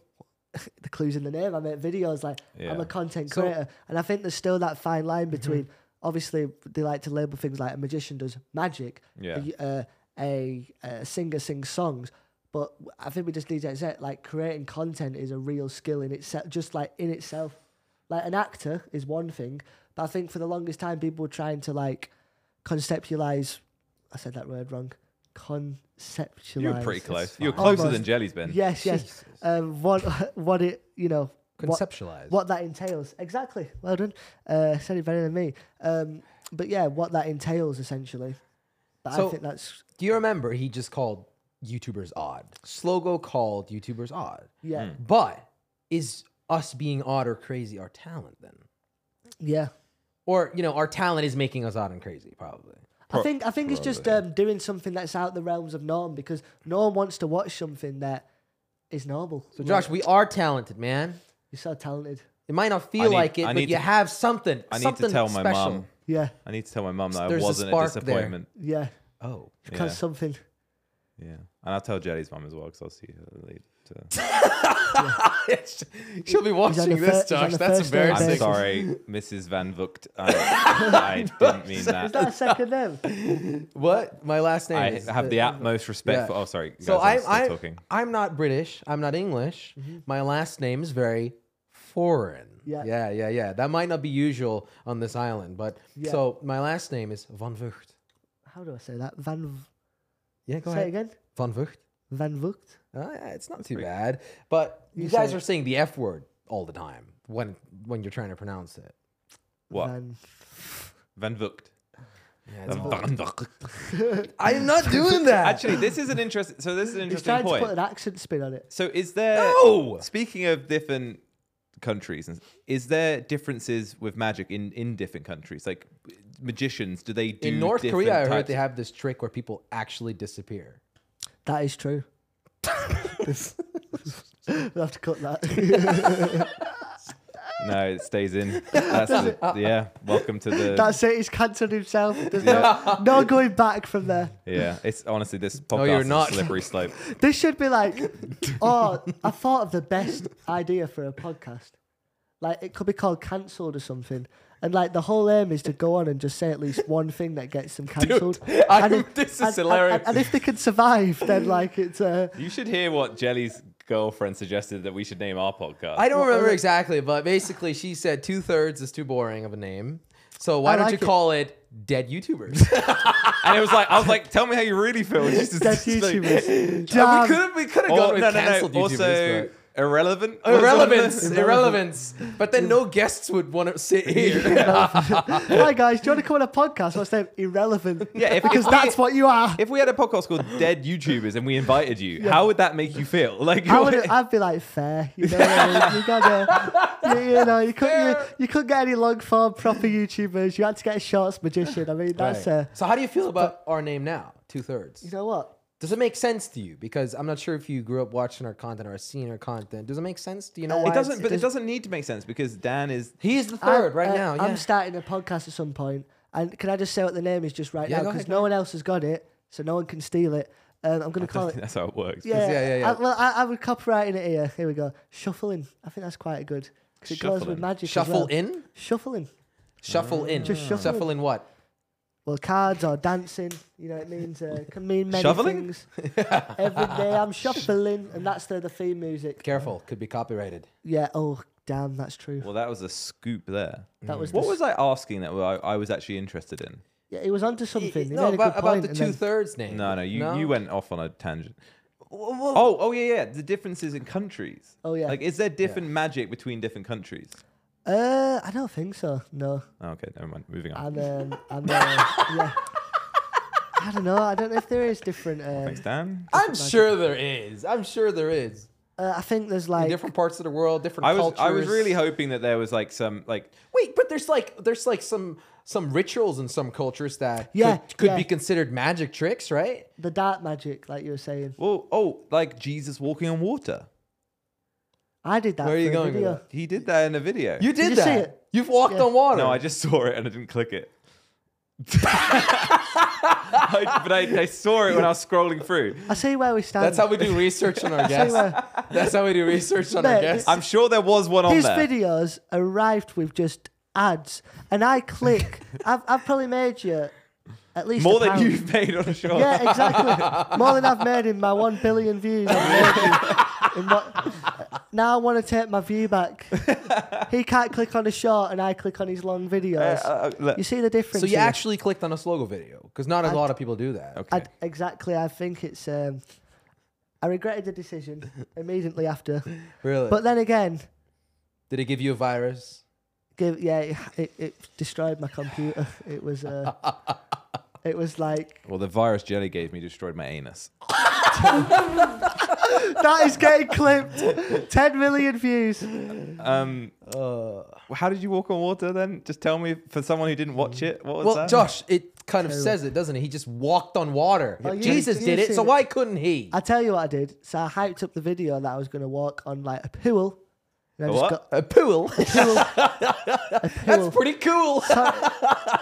S1: <laughs> The clues in the name. I make videos like I'm
S2: Yeah. Mm-hmm.
S1: a content
S3: So-
S1: creator, and I think there's still that fine line between. Obviously, they like to label things like a magician does magic,
S2: Yeah.
S1: a, uh, a, a singer sings songs. But w- I think we just need to accept like creating content is a real skill in itself, just like in itself. Like an actor is one thing, but I think for the longest time people were trying to like conceptualize. I said that word wrong. Conceptualize.
S2: You were pretty close. You were
S1: fine.
S2: closer than
S1: Almost.
S2: Jelly's been.
S1: Yes, yes.
S3: Jesus.
S1: Um, what <laughs> what it you know what-
S3: Conceptualize.
S1: what that entails exactly. Well done. Uh, said it better than me. Um, but yeah, what that entails essentially. But I
S3: So-
S1: think that's
S3: Do you remember he just called YouTubers odd. Slogo called YouTubers odd.
S1: Yeah.
S3: But is us being odd or crazy our talent then?
S1: Yeah.
S3: Or, you know, our talent is making us odd and crazy, probably.
S1: I think I think it's just um, doing something that's out the realms of norm because no one wants to watch something that is normal.
S3: So, Josh, we are talented, man.
S1: you're so talented.
S3: It might not feel
S2: I need-
S3: like it,
S2: I
S3: but
S2: need
S3: you
S2: to-
S3: have something.
S2: I need
S3: something
S2: to tell my
S3: special.
S2: mom.
S1: Yeah,
S2: I need to tell my mom that
S3: There's a
S2: I wasn't a,
S3: spark there.
S2: disappointment.
S1: yeah.
S2: <laughs>
S3: Oh,
S1: You've caused
S2: Yeah.
S1: something.
S2: Yeah, and I'll tell Jelly's mom as well because I'll see her uh,
S3: <laughs>
S2: later.
S3: she'll be watching
S1: the
S3: this,
S1: fir- he's on
S3: Josh.
S1: the
S3: That's
S1: first day of
S3: embarrassing.
S2: I'm
S1: Thanks.
S2: sorry, Mrs. Van Vucht.
S3: <laughs>
S2: I, I didn't mean
S1: Is
S2: that.
S1: that a second name?
S3: What? My last name?
S2: I
S3: is-
S2: have the utmost respect
S3: Yeah.
S2: for. Oh, sorry. you
S3: So
S2: guys, I'm
S3: I'm
S2: still
S3: I'm,
S2: talking.
S3: I'm not British. I'm not English. My last name is very foreign.
S1: Mm-hmm. Yeah.
S3: yeah, yeah, yeah. That might not be usual on this island, but
S1: Yeah.
S3: so my last name is Van Vught.
S1: How do I say that? Van. V-
S3: Yeah, go
S1: say
S3: ahead.
S1: it again.
S3: Van Vught.
S1: Van Vucht.
S3: Uh, yeah, it's not too bad, but you,
S1: You
S3: guys
S1: say-
S3: are saying the F word all the time when when you're trying to pronounce it.
S2: What?
S1: Van.
S2: Van Vucht.
S3: Yeah, it's all-
S2: Van Vucht.
S3: <laughs>
S1: <laughs>
S3: I'm
S2: <laughs>
S3: not doing that.
S2: Um, Actually, this is an interesting. So this is an
S1: He's
S2: interesting
S1: trying to
S2: point.
S1: put an accent spin on it.
S2: So is there?
S3: No!
S2: Speaking of different countries, and is there differences with magic in in different countries? Like magicians, do they do
S3: in North
S2: different
S3: Korea, I heard
S2: types-
S3: they have this trick where people actually disappear.
S1: That is true. <laughs> we have to cut
S2: <laughs>
S1: that.
S2: No, it stays
S3: <laughs>
S2: in. That's the, yeah. Welcome to the.
S1: That's it. He's cancelled himself. There's no, no going back from there.
S2: yeah, it's honestly this podcast
S3: you're
S2: is a
S3: not.
S1: <laughs>
S2: slippery slope.
S1: This should be like, oh, I thought of the best idea for a podcast. Like it could be called cancelled or something. And like the whole aim is to go on and just say at least one thing that gets them cancelled.
S3: I-
S1: And
S3: this is
S1: and- and-
S3: hilarious.
S1: And, if they can survive, then like it's uh,
S2: You should hear what Jelly's girlfriend suggested that we should name our podcast.
S3: I don't
S1: Well,
S3: remember
S1: uh,
S3: exactly, but basically she said two thirds is too boring of a name. So why
S1: I
S3: don't you
S1: like it.
S3: call it Dead <laughs> YouTubers?
S2: and it was like I was like, tell me how you really feel. It's just-
S1: dead Um,
S2: it's like-
S1: YouTubers.
S3: we
S1: Damn.
S3: could we could have
S2: Or,
S3: gone with
S2: oh, no, no,
S3: canceled
S2: no.
S3: YouTubers.
S2: Also,
S3: but-
S2: irrelevant.
S1: Oh,
S2: was
S3: Irrelevance, <laughs>
S2: on
S3: irrelevance. But then no guests would want to <laughs> sit here.
S1: <laughs> Hi guys, do you want to come on a podcast? What's name? Irrelevant.
S2: Yeah, if-
S1: because
S2: if we-
S1: that's what you are.
S2: the- If we had a podcast called Dead YouTubers and we invited you, how would that make you feel? <laughs> Like,
S1: I would, I'd be like, fair, you know, what I mean? you gotta, you, you know, you couldn't, you, you couldn't get any long form proper YouTubers. You had to get a shorts magician. I mean,
S3: <laughs>
S1: that's
S3: Right.
S1: uh,
S3: So how do you feel about our name now? Two thirds.
S1: you know what?
S3: Does it make sense to you? Because I'm not sure if you grew up watching our content or seeing our content. Does it make sense? Do you know why
S2: it
S3: it's-
S2: doesn't, but it doesn't need to make sense because Dan is. <laughs>
S3: He is the third
S1: I'm-
S3: right
S1: uh,
S3: now. Yeah.
S1: I'm starting a podcast at some point, and can I just say what the name is just right
S3: Yeah,
S1: now?
S3: go
S1: 'Cause now?
S3: ahead,
S1: Because
S3: go
S1: no one else has got it, so no one can steal it. Um, I'm gonna call it.
S2: That's how it works.
S1: Yeah,
S3: yeah, yeah, yeah.
S1: I, well, I, I would copywriting it here. Here we go. Shuffling. I think that's quite good because it goes with
S2: Shuffling.
S1: magic. as
S3: shuffle
S1: well.
S3: in,
S1: Shuffling.
S3: shuffle in,
S1: Just shuffle
S3: shuffle in what?
S1: well, cards or dancing. You know, it means uh, can mean many
S2: Shoveling?
S1: things. Every day
S3: <laughs>
S1: I'm shuffling, and that's the the theme music.
S3: Careful, could be copyrighted.
S1: Yeah. Oh, damn, that's true.
S2: Well, that was a scoop there.
S1: that was
S2: What
S1: the-
S2: was I asking that I, I was actually interested in?
S1: Yeah, he was onto something. He
S3: No,
S1: made a
S3: about,
S1: good
S3: about
S1: point.
S3: the
S1: and
S3: two
S1: then-
S3: thirds name.
S2: No, no, you, you went off on a tangent.
S3: Oh,
S2: Oh, oh yeah, yeah. The differences in countries.
S1: Oh, yeah.
S2: Like, is there different magic between different countries?
S1: uh, I don't think so. No,
S2: Oh, okay, never mind. Moving on.
S1: and um, and uh, yeah. I don't know. I don't know if there is different. Um,
S2: Thanks, Dan.
S3: I'm sure there is. I'm sure there is.
S1: uh, I think there's like
S3: Different parts of the world, different
S2: I was
S3: cultures.
S2: I was really hoping that there was like some like
S3: wait, but there's like there's like some some rituals in some cultures that
S1: Yeah,
S3: could, could
S1: yeah.
S3: be considered magic tricks, right?
S1: the dark magic, like you were saying.
S2: well oh like Jesus walking on water.
S1: I did that.
S3: Where are
S1: for
S3: you
S1: a
S3: going with
S1: video.
S3: that?
S2: He did that in a video.
S3: You did,
S1: you see
S3: that.
S1: it?
S3: You've walked
S1: Yeah.
S3: on
S2: <laughs>
S3: water.
S2: No, I just saw it and I didn't
S1: <laughs>
S2: click it. I, but I, I saw it when I was scrolling through.
S1: I see where we stand.
S3: That's how we do research on our
S1: See
S3: guests.
S1: where-
S3: <laughs> That's how we do research on our
S1: Mate,
S3: guests.
S2: I'm sure there was one on
S1: his
S2: there.
S1: videos arrived with just ads, and I
S2: <laughs>
S1: click. I've, I've probably made you at least
S2: More
S1: a
S2: than
S1: pound.
S2: you've made on a show.
S1: Yeah, exactly. More than I've made in my one billion views. I've made in what, now I want to take my view
S2: <laughs>
S1: back. He can't click on a short, and I click on his long videos.
S2: <laughs> Uh, uh, look.
S1: you see the difference?
S3: So you
S1: here?
S3: actually clicked on a slogan video because not a lot of people do that.
S2: Okay.
S1: I, exactly. I think it's. Um, I regretted the
S2: <laughs>
S1: decision immediately after,
S3: Really?
S1: but then again,
S3: Did it give you a virus?
S1: give yeah it, it, it destroyed my computer
S3: <laughs>
S1: it was uh it was like
S2: Well, the virus jelly gave me destroyed my anus.
S1: that is getting clipped. 10 million views.
S2: Um, how did you walk on water then? Just tell me for someone who didn't watch it. What was
S3: Well,
S2: that?
S3: Josh, it kind of says it, doesn't it? He just walked on water.
S1: Oh, you-
S3: Jesus
S1: you've
S3: did it,
S1: seen
S3: so
S1: it.
S3: why couldn't he?
S1: I tell you what I did. So I hyped up the video that I was going to walk on like a pool. And I
S2: A
S1: just
S2: what?
S1: got
S3: A pool. <laughs> That's
S1: <laughs>
S3: pretty cool.
S2: Yeah,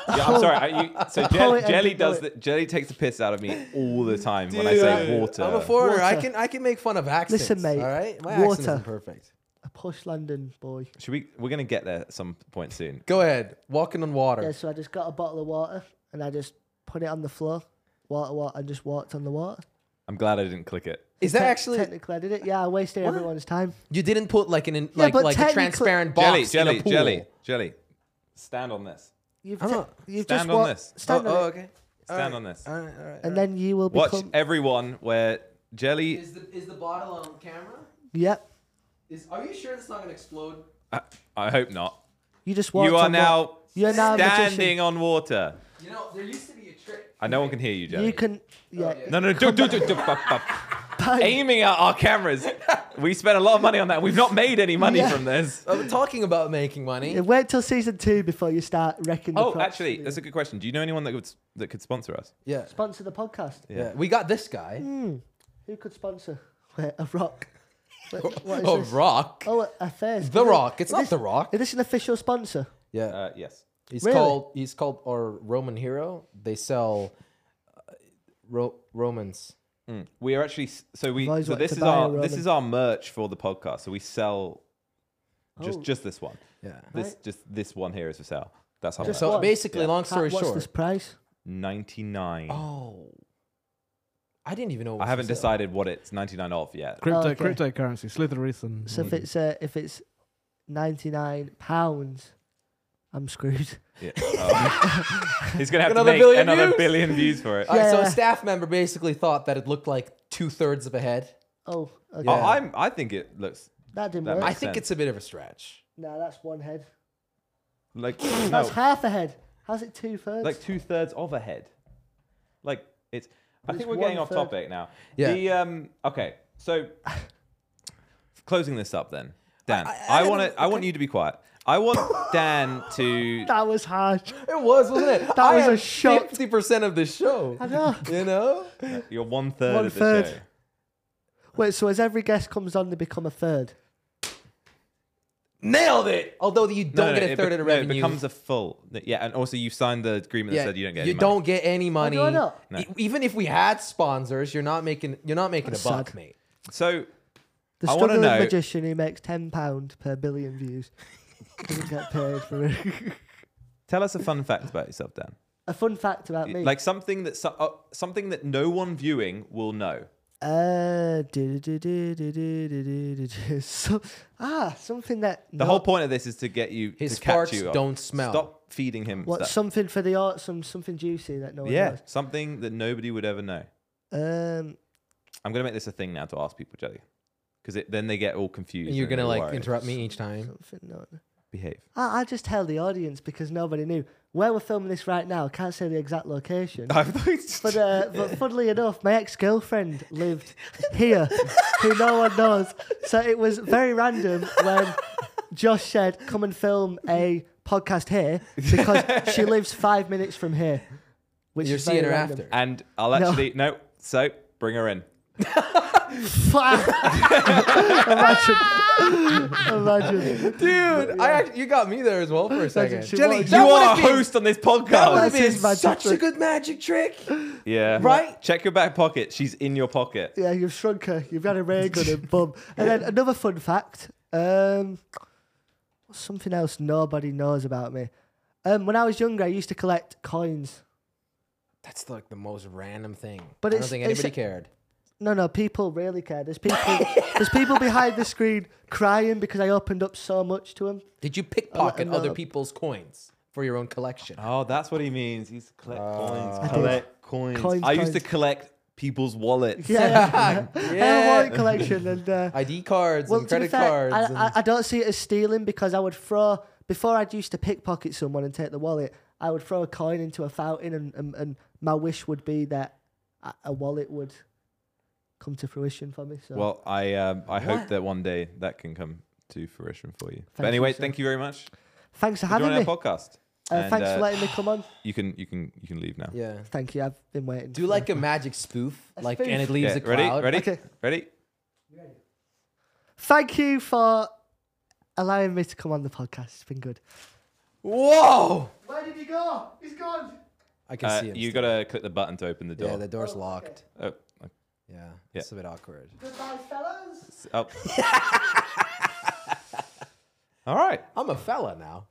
S2: I'm sorry. I, you, so Jelly,
S1: it and
S2: Jelly
S1: didn't know
S2: does
S1: it.
S2: the, Jelly takes the piss out of me all the time when I
S3: Dude,
S2: say
S3: I-
S2: water.
S3: I'm a foreigner. I
S1: Water.
S3: can I can make fun of accents.
S1: Listen, mate,
S3: All right, my accent
S1: water.
S3: isn't perfect.
S1: a push London boy.
S2: Should we? We're gonna get there at some point soon.
S3: Go ahead. Walking on water.
S1: Yeah, so I just got a bottle of water and I just put it on the floor. Water, water, and just walked on the water.
S2: I'm glad I didn't click it.
S3: Is that
S1: Te-
S3: actually
S1: technically I did it? Yeah, I wasted everyone's time.
S3: you didn't put like an in, like
S1: but
S3: like a
S1: technically-
S3: transparent box
S2: jelly, jelly,
S3: in a pool? Oh,
S2: jelly, jelly. Stand on this.
S1: You've,
S3: I'm
S1: te-
S3: not-
S1: you've
S2: Stand
S1: just
S2: on
S1: wa-
S2: this.
S3: Oh,
S1: Stand on
S3: oh,
S1: it,
S3: okay.
S2: Stand on this.
S3: All right, all right.
S1: and then you will
S2: Watch
S1: become.
S2: everyone where Jelly.
S3: Is the is the bottle on camera?
S1: Yep.
S3: Is are you sure it's not gonna explode?
S2: I, I hope not.
S1: You just walked.
S2: You are
S1: on wa-
S2: now
S1: You're now a magician.
S2: standing on water.
S3: You know, there used to be a trick.
S2: I no one can hear you, Jelly.
S1: You can. Yeah.
S3: Oh,
S2: No, no, do, do, do, do, bu- bu-
S1: Bye. <laughs>
S2: aiming at our cameras. <laughs> We spent a lot of money on that. We've not made any money
S1: Yeah.
S2: from this.
S3: I'm talking about making money.
S1: Yeah, Wait till season two before you start wrecking the
S2: <laughs> Oh,
S1: props.
S2: actually, that's a good question. Do you know anyone that could that could sponsor us?
S3: Yeah.
S1: Sponsor the podcast.
S3: yeah. We got this
S1: Mm.
S3: guy.
S1: Who could sponsor? Wait, a
S2: <laughs>
S1: rock. Wait, what is
S3: Oh,
S1: this?
S3: Rock.
S1: Oh, a- a face.
S3: The Rock. It's
S1: Is
S3: not
S1: this-
S3: The Rock.
S1: Is this an official sponsor?
S3: Yeah.
S2: Uh, yes.
S3: He's
S1: Really?
S3: called he's called or Roman Hero. They sell uh, ro- Romans.
S2: We are actually s- so we
S1: Guys
S2: so
S1: like
S2: this
S1: to
S2: is
S1: buy a
S2: our
S1: Roman.
S2: this is our merch for the podcast. So we sell just
S1: Oh.
S2: just this one.
S3: Yeah.
S2: This
S1: Right.
S2: just this one here is for sale. That's how
S1: Just
S2: much.
S3: So
S1: one.
S3: basically,
S2: Yeah.
S3: long
S1: How-
S3: story
S1: What's
S3: short.
S1: this price?
S2: ninety nine.
S3: oh. I didn't even know. it
S2: I
S3: was
S2: haven't
S3: for sale.
S2: decided what it's ninety nine of yet.
S5: Crypto,
S4: Oh,
S1: okay.
S5: cryptocurrency, Slytherin.
S1: So if it's uh, if it's ninety nine pounds, I'm screwed. <laughs>
S2: Yeah. Oh. <laughs> He's gonna have
S3: Another
S2: to make
S3: billion
S2: another
S3: views?
S2: billion views for it.
S3: All right, so a
S1: <laughs> Yeah.
S3: staff member basically thought that it looked like two thirds of a head.
S1: Oh, okay.
S2: Oh,
S3: Yeah.
S2: I'm I think it looks
S1: that didn't
S2: that
S1: work.
S2: makes
S3: I think
S2: sense.
S3: it's a bit of a stretch.
S1: No, that's one head.
S2: like
S1: That's
S2: no,
S1: half a head. How's it two thirds?
S2: Oh. like two thirds of a head. Like it's. I
S1: it's
S2: think we're getting
S1: one
S2: off
S1: third.
S2: topic now.
S3: Yeah.
S2: The um. Okay. So, <laughs> closing this up then, Dan.
S3: I-
S2: I
S3: I don't-
S2: want to. I want you to be quiet. I want Dan to. <laughs>
S1: that was hard.
S3: It was, wasn't
S1: <laughs>
S3: it?
S1: That was a shock.
S3: Fifty percent of the show.
S1: I know.
S3: You know.
S2: You're one third
S1: One
S2: of the
S1: third.
S2: show.
S1: Wait, so as every guest comes on, they become a third.
S3: Nailed it. Although you
S2: No,
S3: don't
S2: no,
S3: get a
S2: it
S3: third
S2: be-
S3: of the
S2: no,
S3: revenue.
S2: It becomes a full. Yeah, and also you signed the agreement that
S3: yeah,
S2: said you don't get.
S3: you
S2: any money.
S3: don't get any money.
S1: do I not?
S2: No.
S3: E- Even if we had sponsors, you're not making you're not making
S1: That's
S3: a buck,
S1: sad.
S3: mate.
S2: So
S1: The
S2: I wanna
S1: struggling
S2: know-
S1: magician who makes ten pound per billion views doesn't get paid for it. <laughs>
S2: tell us a fun fact about yourself, Dan.
S1: a fun fact about me.
S2: Like something that so- uh, something that no one viewing will know.
S1: Uh, do, do, do, do, do, do, do, do, do. So, ah, something that
S2: The
S1: no-
S2: whole point of this is to get you
S3: His
S2: to catch
S3: farts
S2: you up.
S3: don't smell.
S2: Stop feeding him.
S1: what
S2: stuff.
S1: something for the art, some something juicy that no one
S2: Yeah, something that nobody would ever know.
S1: knows. Um,
S2: I'm gonna make this a thing now to ask people, Jelly, because then they get all confused.
S3: And you're
S2: and
S3: gonna
S2: all
S3: like
S2: worried.
S3: interrupt me each time.
S1: something not.
S2: Behave. <laughs>
S1: I, I just tell the audience because nobody knew where we're filming this right now. Can't say the exact location. But, uh, but funnily enough, my ex girlfriend lived here, who no one knows. So it was very random when Josh said, "Come and film a podcast here," because she lives five minutes from here. Which
S3: You're
S1: is very
S3: seeing her
S1: random.
S3: after.
S2: <laughs> and I'll
S1: No.
S2: actually no. So bring her in.
S1: Fuck. <laughs> imagine, imagine.
S3: Dude, I act- you got me there as well for a second.
S1: she
S3: Jelly,
S1: was-
S2: You
S3: that
S2: are a
S3: would've been-
S2: host on this
S3: That would have
S2: podcast.
S1: This
S3: been
S1: is magic
S3: such a
S1: trick.
S3: good magic trick.
S2: yeah.
S3: Right?
S2: Check your back pocket. She's in your pocket.
S1: Yeah, you've shrunk her. You've got a ray gun and bum. And then another fun fact. Um, something else nobody knows about me. Um, when I was younger, I used to collect coins.
S3: <gasps> That's like the most random thing.
S1: But
S3: But I don't
S1: it's-
S3: think
S1: it's-
S3: anybody cared.
S1: No, no, people really care. There's people, there's people behind the screen crying because I opened up so much to them.
S3: Did you pickpocket
S1: no.
S3: other people's coins for your own collection? <laughs>
S2: Oh, that's what he means. He's collect coins.
S1: did.
S2: Collect coins.
S1: Coins,
S2: I used to
S1: coins.
S2: <laughs> collect people's wallets.
S1: Yeah, yeah.
S3: Yeah.
S1: wallet collection and uh,
S3: ID cards
S1: well,
S3: and
S1: to be
S3: credit
S1: fair,
S3: cards.
S1: I,
S3: and-
S1: I, I don't see it as stealing because I would throw before I'd used to pickpocket someone and take the wallet. I would throw a coin into a fountain, and, and, and my wish would be that a- a wallet would come to fruition for me. So
S2: Well, I um, I hope
S3: What?
S2: that one day that can come to fruition for you. but
S1: Thank you,
S2: anyway,
S1: sir.
S2: thank you very much
S1: thanks for
S2: for
S1: having
S2: joining
S1: me.
S2: our podcast.
S1: Uh,
S2: And,
S1: thanks
S2: uh,
S1: for letting me come on.
S2: You can you can you can leave now.
S3: Yeah.
S1: Thank you. I've been waiting.
S3: Do like a magic spoof,
S1: A
S3: like,
S1: spoof.
S3: and it
S2: Yeah,
S3: leaves a
S2: ready?
S3: cloud.
S2: Ready?
S1: Okay.
S2: Ready?
S1: Thank you for allowing me to come on the podcast. It's been good.
S3: <laughs> Whoa!
S1: Where did he go? He's gone.
S3: I can
S2: Uh,
S3: see him.
S2: you
S3: still.
S2: gotta click the button to open the door.
S3: Yeah, the door's locked.
S2: Oh, okay.
S3: Yeah, it's a bit awkward.
S1: Goodbye, fellas.
S2: Oh. <laughs> All right.
S3: I'm a fella now.